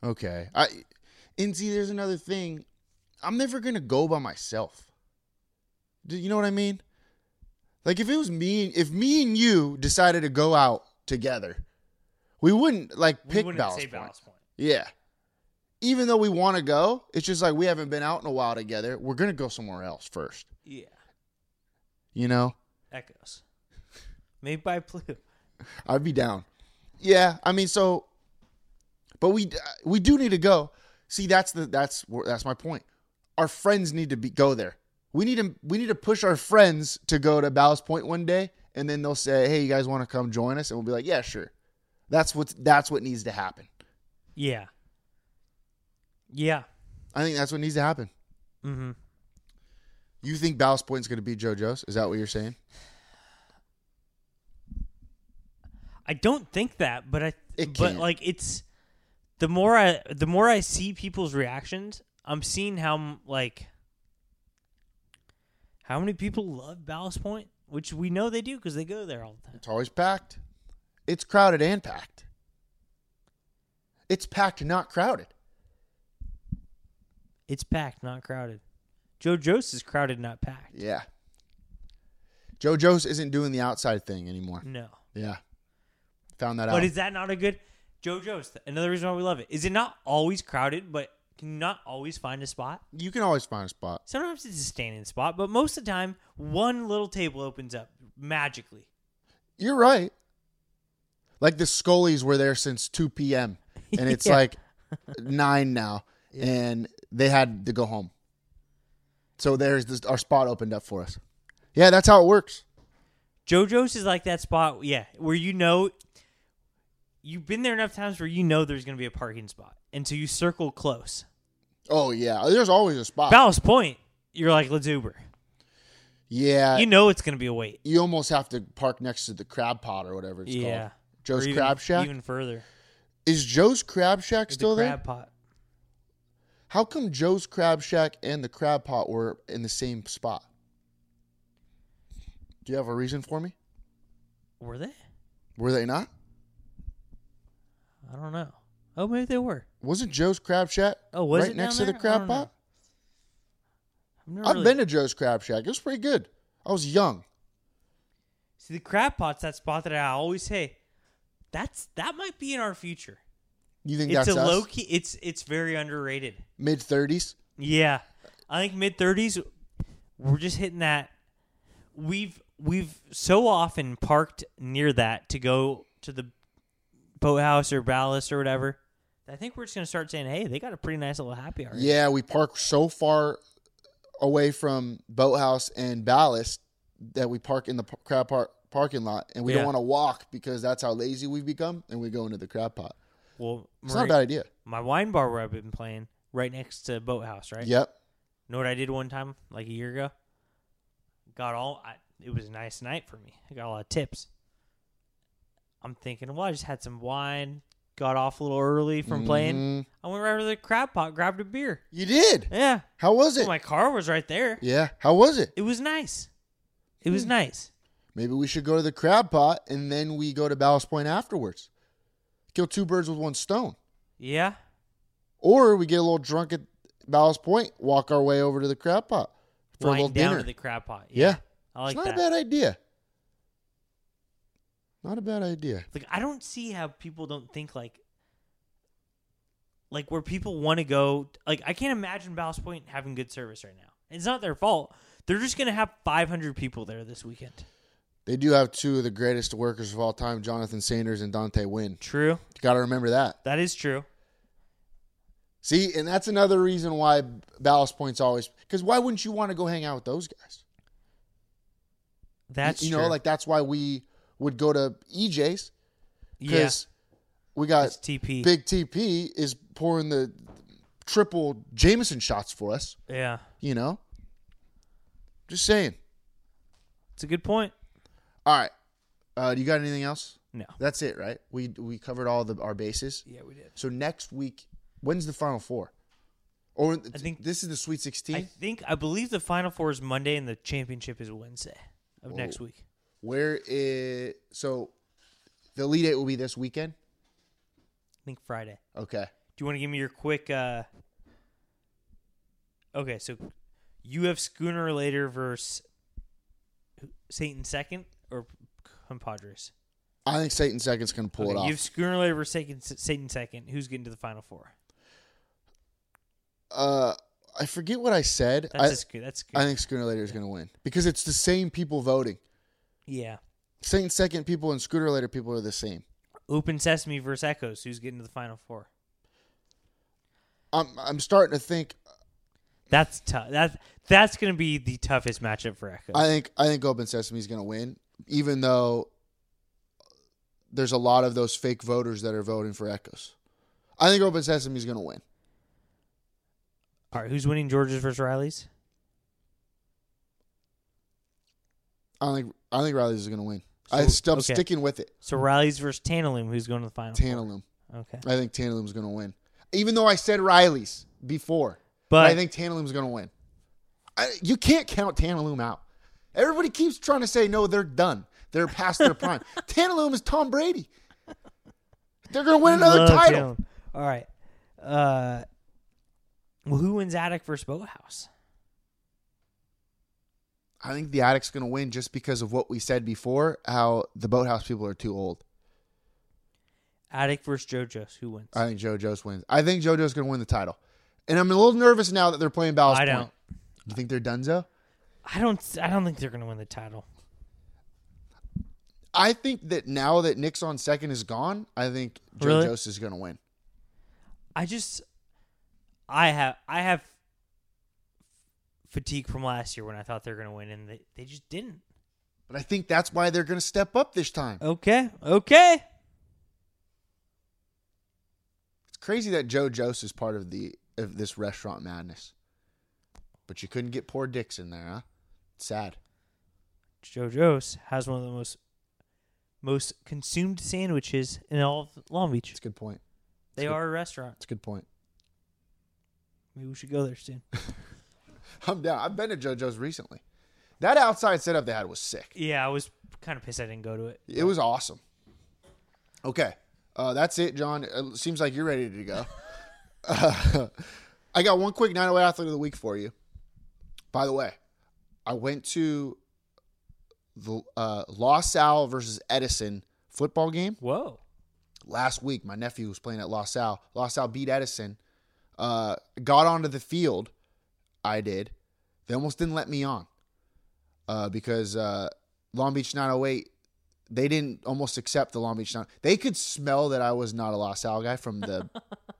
[SPEAKER 1] Okay. I and see there's another thing. I'm never gonna go by myself. Do you know what I mean? Like if it was me if me and you decided to go out together, we wouldn't like
[SPEAKER 2] We
[SPEAKER 1] pick
[SPEAKER 2] wouldn't
[SPEAKER 1] Ballast
[SPEAKER 2] say
[SPEAKER 1] Point.
[SPEAKER 2] Ballast Point.
[SPEAKER 1] Yeah. Even though we want to go, it's just like we haven't been out in a while together. We're gonna go somewhere else first.
[SPEAKER 2] Yeah,
[SPEAKER 1] You know?
[SPEAKER 2] echoes. Made by Blue.
[SPEAKER 1] I'd be down. Yeah, I mean, so, but we we do need to go. See, that's the that's where- that's my point. Our friends need to be go there. We need to we need to push our friends to go to Ballast Point one day, and then they'll say, "Hey, you guys want to come join us?" And we'll be like, "Yeah, sure." That's what that's what needs to happen.
[SPEAKER 2] Yeah. Yeah.
[SPEAKER 1] I think that's what needs to happen.
[SPEAKER 2] Mm-hmm.
[SPEAKER 1] You think Ballast Point's going to be JoJo's? Is that what you're saying?
[SPEAKER 2] I don't think that, but I
[SPEAKER 1] It
[SPEAKER 2] but
[SPEAKER 1] can't.
[SPEAKER 2] like it's the more I the more I see people's reactions, I'm seeing how m- like how many people love Ballast Point, which we know they do because they go there all the time.
[SPEAKER 1] It's always packed. It's crowded and packed. It's packed, not crowded.
[SPEAKER 2] It's packed, not crowded. Joe Jost is crowded, not packed.
[SPEAKER 1] Yeah. JoJo's isn't doing the outside thing anymore.
[SPEAKER 2] No,
[SPEAKER 1] Yeah. Found that out.
[SPEAKER 2] Mm. but is that not a good Joe Jost? Another reason why we love it is it not always crowded, but can you not always find a spot?
[SPEAKER 1] you can always find a spot.
[SPEAKER 2] Sometimes it's a standing spot, but most of the time, one little table opens up magically.
[SPEAKER 1] You're right. Like the Scullies were there since 2 p.m. and it's
[SPEAKER 2] Yeah.
[SPEAKER 1] like 9 now and they had to go home. So there's this our spot opened up for us. Yeah, that's how it works.
[SPEAKER 2] JoJo's is like that spot, yeah, where you know you've been there enough times where you know there's going to be a parking spot, and so you circle close.
[SPEAKER 1] Oh yeah, there's always a spot.
[SPEAKER 2] Ballast Point, you're like let's Uber.
[SPEAKER 1] yeah,
[SPEAKER 2] You
[SPEAKER 1] you,
[SPEAKER 2] know it's going to be a wait.
[SPEAKER 1] almost have to park next to the crab pot or whatever it's
[SPEAKER 2] yeah,
[SPEAKER 1] called. Joe's
[SPEAKER 2] Or even-
[SPEAKER 1] Crab Shack.
[SPEAKER 2] Even further,
[SPEAKER 1] Is Joe's Crab Shack still
[SPEAKER 2] the
[SPEAKER 1] there?
[SPEAKER 2] crab pot.
[SPEAKER 1] How come Joe's Crab Shack and the Crab Pot were in the same spot? Do you have a reason for me?
[SPEAKER 2] Were they?
[SPEAKER 1] Were they not?
[SPEAKER 2] I don't know. Oh, maybe they were.
[SPEAKER 1] Wasn't Joe's Crab Shack
[SPEAKER 2] Oh, was
[SPEAKER 1] right
[SPEAKER 2] it
[SPEAKER 1] next
[SPEAKER 2] down
[SPEAKER 1] to the
[SPEAKER 2] there? I
[SPEAKER 1] Crab
[SPEAKER 2] don't know.
[SPEAKER 1] Pot?
[SPEAKER 2] I've, never
[SPEAKER 1] I've
[SPEAKER 2] really-
[SPEAKER 1] been to Joe's Crab Shack. It was pretty good. I was young.
[SPEAKER 2] See, the crab pot's that spot that I always say, that's that might be in our future.
[SPEAKER 1] You think
[SPEAKER 2] It's
[SPEAKER 1] that's
[SPEAKER 2] a
[SPEAKER 1] us?
[SPEAKER 2] low key. It's it's very underrated.
[SPEAKER 1] Mid thirties.
[SPEAKER 2] Yeah, I think mid thirties, we're just hitting that. We've we've so often parked near that to go to the boathouse or ballast or whatever. I think we're just gonna start saying, "Hey, they got a pretty nice little happy hour."
[SPEAKER 1] Yeah, we park so far away from Boathouse and Ballast that we park in the p- crab park parking lot, and we
[SPEAKER 2] Yeah.
[SPEAKER 1] don't want to walk because that's how lazy we've become, and we go into the crab pot.
[SPEAKER 2] Well,
[SPEAKER 1] It's
[SPEAKER 2] Marie,
[SPEAKER 1] not a bad idea.
[SPEAKER 2] my wine bar where I've been playing right next to boathouse, right?
[SPEAKER 1] Yep.
[SPEAKER 2] know what I did one time, like a year ago? Got all. I, it was a nice night for me. I got a lot of tips. I'm thinking, well, I just had some wine, got off a little early from
[SPEAKER 1] Mm-hmm.
[SPEAKER 2] playing. I went right over to the crab pot, grabbed a beer.
[SPEAKER 1] You did.
[SPEAKER 2] Yeah, Oh
[SPEAKER 1] How was it?
[SPEAKER 2] my car was right there.
[SPEAKER 1] yeah. Mm. How was it?
[SPEAKER 2] It was nice. It was nice.
[SPEAKER 1] Maybe we should go to the crab pot and then we go to Ballast Point afterwards. Kill two birds with one stone.
[SPEAKER 2] Yeah,
[SPEAKER 1] Or we get a little drunk at Ballast Point, walk our way over to the crab pot for a
[SPEAKER 2] Wind
[SPEAKER 1] little
[SPEAKER 2] down
[SPEAKER 1] dinner.
[SPEAKER 2] to the crab pot.
[SPEAKER 1] yeah.
[SPEAKER 2] I like
[SPEAKER 1] it's not
[SPEAKER 2] that.
[SPEAKER 1] a bad idea. Not a bad idea.
[SPEAKER 2] Like I don't see how people don't think like like where people want to go like I can't imagine Ballast Point having good service right now. It's not their fault. They're just going to have 500 people there this weekend.
[SPEAKER 1] They do have two of the greatest workers of all time, Jonathan Sanders and Dante Wynn.
[SPEAKER 2] True.
[SPEAKER 1] Got to remember that.
[SPEAKER 2] That is true.
[SPEAKER 1] See, and that's another reason why Ballast Point's always because why wouldn't you want to go hang out with those guys?
[SPEAKER 2] That's
[SPEAKER 1] you
[SPEAKER 2] true.
[SPEAKER 1] know, like that's why we would go to EJ's
[SPEAKER 2] yeah,
[SPEAKER 1] because we got
[SPEAKER 2] it's TP.
[SPEAKER 1] Big TP is pouring the triple Jameson shots for us.
[SPEAKER 2] yeah.
[SPEAKER 1] You know, just saying.
[SPEAKER 2] It's a good point.
[SPEAKER 1] All right, uh, do you got anything else?
[SPEAKER 2] No.
[SPEAKER 1] That's it, right? We we covered all the our bases. Yeah, we did. So next week, when's the final four? Or I
[SPEAKER 2] think-
[SPEAKER 1] think this is the Sweet Sixteen.
[SPEAKER 2] I think I believe the final four is Monday and the championship is Wednesday of next week.
[SPEAKER 1] Where is so? The Elite Eight will be this weekend.
[SPEAKER 2] I think Friday.
[SPEAKER 1] Okay.
[SPEAKER 2] Do you want to give me your quick? uh Okay, so you have Schooner later versus Satan second or Compadres.
[SPEAKER 1] I think Satan Seconds can pull it
[SPEAKER 2] Okay,
[SPEAKER 1] off.
[SPEAKER 2] you have Schooner later versus Satan, Satan second. Who's getting to the final four?
[SPEAKER 1] uh, I forget what I said.
[SPEAKER 2] That's
[SPEAKER 1] I-
[SPEAKER 2] a Schoo- that's
[SPEAKER 1] I
[SPEAKER 2] Schooner.
[SPEAKER 1] think Schooner Later is going to win because it's the same people voting.
[SPEAKER 2] yeah.
[SPEAKER 1] Saint Second people and Scooter Later people are the same.
[SPEAKER 2] Open Sesame versus Echoes. Who's getting to the final four?
[SPEAKER 1] I'm I'm starting to think.
[SPEAKER 2] That's tough. That's that's going to be the toughest matchup for Echoes.
[SPEAKER 1] I think I think Open Sesame is going to win, even though there's a lot of those fake voters that are voting for Echoes. I think Open Sesame is going to win.
[SPEAKER 2] All right, who's winning George's versus Riley's?
[SPEAKER 1] I think I think Riley's is going to win.
[SPEAKER 2] So-
[SPEAKER 1] I st- I'm
[SPEAKER 2] okay.
[SPEAKER 1] sticking with it.
[SPEAKER 2] So Riley's versus Tantalum. Who's going to the final? four?
[SPEAKER 1] Tantalum.
[SPEAKER 2] Okay.
[SPEAKER 1] I think Tantalum's going to win, even though I said Riley's before.
[SPEAKER 2] But
[SPEAKER 1] I think Tantalum's going to win. I, you can't count Tantalum out. Everybody keeps trying to say, no, they're done. They're past their prime. Tantalum is Tom Brady. They're going to win another
[SPEAKER 2] Love
[SPEAKER 1] title.
[SPEAKER 2] Jalen. All right. Uh, well, who wins Attic versus Boathouse?
[SPEAKER 1] I think the Attic's going to win just because of what we said before how the Boathouse people are too old.
[SPEAKER 2] Attic versus JoJo's. Who wins?
[SPEAKER 1] I think JoJo's wins. I think JoJo's going to win the title. And I'm a little nervous now that they're playing Ballast
[SPEAKER 2] I
[SPEAKER 1] Point.
[SPEAKER 2] don't.
[SPEAKER 1] You think they're donezo?
[SPEAKER 2] I don't. I don't think they're going to win the title.
[SPEAKER 1] I think that now that Nick's on second is gone, I think JoJo's
[SPEAKER 2] Really?
[SPEAKER 1] is going to win.
[SPEAKER 2] I just. I have. I have. Fatigue from last year when I thought they were going to win, and they, they just didn't.
[SPEAKER 1] But I think that's why they're going to step up this time.
[SPEAKER 2] Okay. Okay.
[SPEAKER 1] Crazy that Joe Jost is part of the of this restaurant madness. But you couldn't get poor Dix in there, huh? Sad.
[SPEAKER 2] JoJo's has one of the most most consumed sandwiches in all of Long Beach.
[SPEAKER 1] It's a good point.
[SPEAKER 2] They are a restaurant.
[SPEAKER 1] It's a good point.
[SPEAKER 2] Maybe we should go there soon.
[SPEAKER 1] I'm down. I've been to JoJo's recently. That outside setup they had was sick.
[SPEAKER 2] yeah, I was kind of pissed I didn't go to it.
[SPEAKER 1] It was awesome. Okay, uh, that's it, John. It seems like you're ready to go. Uh, I got one quick 908 athlete of the week for you. By the way, I went to the uh, La Salle versus Edison football game
[SPEAKER 2] Whoa.
[SPEAKER 1] last week. My nephew was playing at La Salle. La Salle beat Edison. Uh, got onto the field. I did. They almost didn't let me on uh, because uh, Long Beach 908. They didn't almost accept the Long Beach 9. They could smell that I was not a La Salle guy from the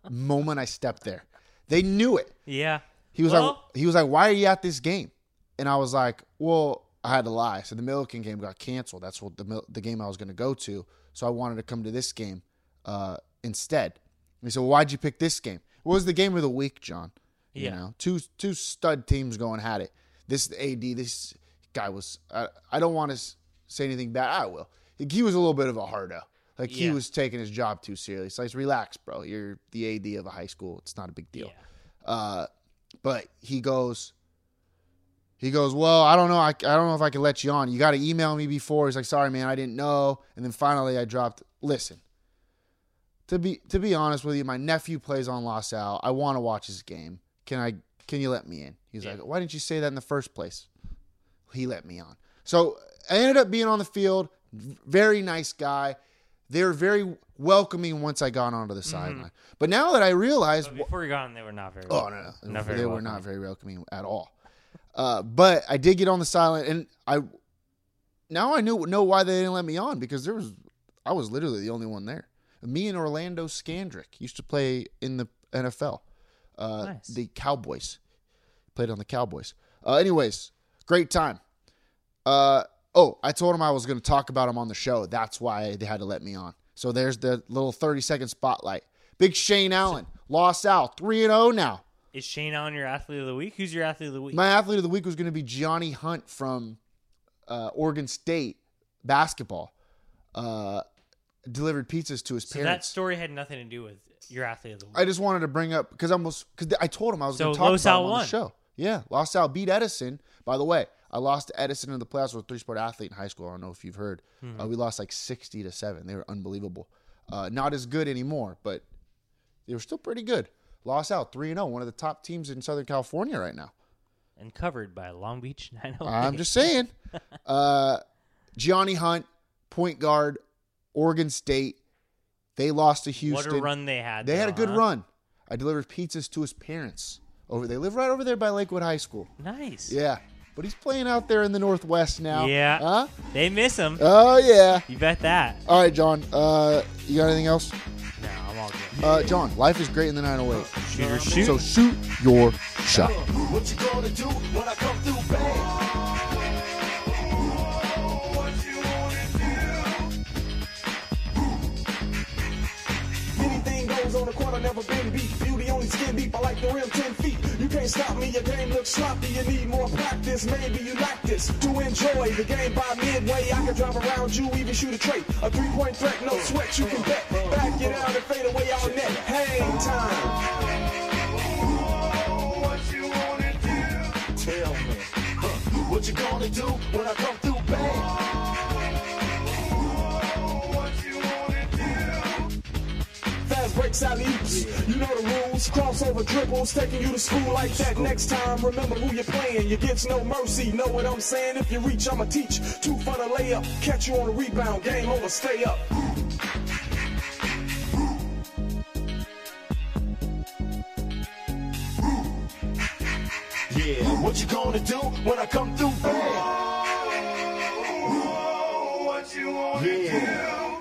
[SPEAKER 1] moment I stepped there. They knew it.
[SPEAKER 2] Yeah.
[SPEAKER 1] He was like,
[SPEAKER 2] Well-
[SPEAKER 1] he was like, why are you at this game? And I was like, well, I had to lie. So the Milliken game got canceled. That's what the Mil- the game I was going to go to. So I wanted to come to this game uh, instead. And he said, well, why'd you pick this game? It was the game of the week, John. You
[SPEAKER 2] Yeah.
[SPEAKER 1] know, two two stud teams going at it. This AD, this guy was. I, I don't want to say anything bad. I will. He was a little bit of a hardo. Like he
[SPEAKER 2] Yeah.
[SPEAKER 1] was taking his job too seriously. It's like, relax, bro. You're the AD of a high school. It's not a big deal. Uh, but he goes, he goes, well, I don't know. I, I don't know if I can let you on. You got to email me before. He's like, sorry, man, I didn't know. And then finally I dropped, listen, to be, to be honest with you, my nephew plays on La Salle. I want to watch his game. Can I, can you let me in? He's like, why didn't you say that in the first place? He let me on. So I ended up being on the field. V- Very nice guy. They were very welcoming once I got onto the sideline. But now that I realize,
[SPEAKER 2] But before we got on, they were Mm-hmm. not very.
[SPEAKER 1] Oh no, no.
[SPEAKER 2] Not very
[SPEAKER 1] they were
[SPEAKER 2] welcoming.
[SPEAKER 1] not very welcoming at all. Uh, but I did get on the silent, and I now I knew know why they didn't let me on because there was I was literally the only one there. Me and Orlando Scandrick used to play in the NFL. Uh,
[SPEAKER 2] Nice.
[SPEAKER 1] The Cowboys played on the Cowboys. Uh, anyways, great time. Uh, oh, I told him I was going to talk about him on the show. That's why they had to let me on. So there's the little 30 second spotlight. Big Shane Allen, lost out 3 and 0 now.
[SPEAKER 2] Is Shane on your athlete of the week? Who's your athlete of the week?
[SPEAKER 1] My athlete of the week was going to be Gianni Hunt from uh, Oregon State basketball. Uh, delivered pizzas to his
[SPEAKER 2] so that
[SPEAKER 1] parents.
[SPEAKER 2] story had nothing to do with your athlete of the week.
[SPEAKER 1] I just wanted to bring up because I almost because I told him I was
[SPEAKER 2] So
[SPEAKER 1] going to talk
[SPEAKER 2] Los
[SPEAKER 1] about
[SPEAKER 2] Al
[SPEAKER 1] him on
[SPEAKER 2] won.
[SPEAKER 1] the show. Yeah, Los Al beat Edison. By the way, I lost to Edison in the playoffs. I was a three sport athlete in high school. I don't know if you've heard.
[SPEAKER 2] Hmm.
[SPEAKER 1] Uh, we lost like sixty to seven. They were unbelievable. Uh, not as good anymore, but they were still pretty good. Lost out three and zero. One of the top teams in Southern California right now.
[SPEAKER 2] and covered by Long Beach 908.
[SPEAKER 1] I'm just saying. Uh, Gianni Hunt, point guard, Oregon State. They lost to Houston.
[SPEAKER 2] What a run they had.
[SPEAKER 1] They had a
[SPEAKER 2] though,
[SPEAKER 1] good
[SPEAKER 2] huh?
[SPEAKER 1] run. I delivered pizzas to his parents over. They live right over there by Lakewood High School.
[SPEAKER 2] Nice.
[SPEAKER 1] Yeah, but he's playing out there in the Northwest now.
[SPEAKER 2] Yeah.
[SPEAKER 1] Huh?
[SPEAKER 2] They miss him.
[SPEAKER 1] Oh yeah.
[SPEAKER 2] You bet that.
[SPEAKER 1] All right, John. Uh, you got anything else?
[SPEAKER 2] No, I'm all good.
[SPEAKER 1] Uh, John, life is great in the 908.
[SPEAKER 2] Shoot or shoot.
[SPEAKER 1] Uh, So shoot your shot.
[SPEAKER 3] What you gonna do when I come through bang?
[SPEAKER 4] Anything goes on the court, I never been beat. Beauty only skin deep, I like the rim 10 feet. You can't stop me, your game looks sloppy. You need more practice, maybe you like this. To enjoy the game by midway, I can drive around you, even shoot a trait. A three point threat, no sweat, you can bet. Back it out and fade away all net. Hang time.
[SPEAKER 3] Tell me, huh, what you gonna do when I come through bang?
[SPEAKER 4] Fast breaks, alley oops. You know the rules. Crossover dribbles, taking you to school like that. Next time, remember who you're playing. You get no mercy. Know what I'm saying? If you reach, I'ma teach. Two for the layup. Catch you on a rebound. Game over. Stay up.
[SPEAKER 3] Yeah, what you gonna do when I come through bang?
[SPEAKER 4] Yeah.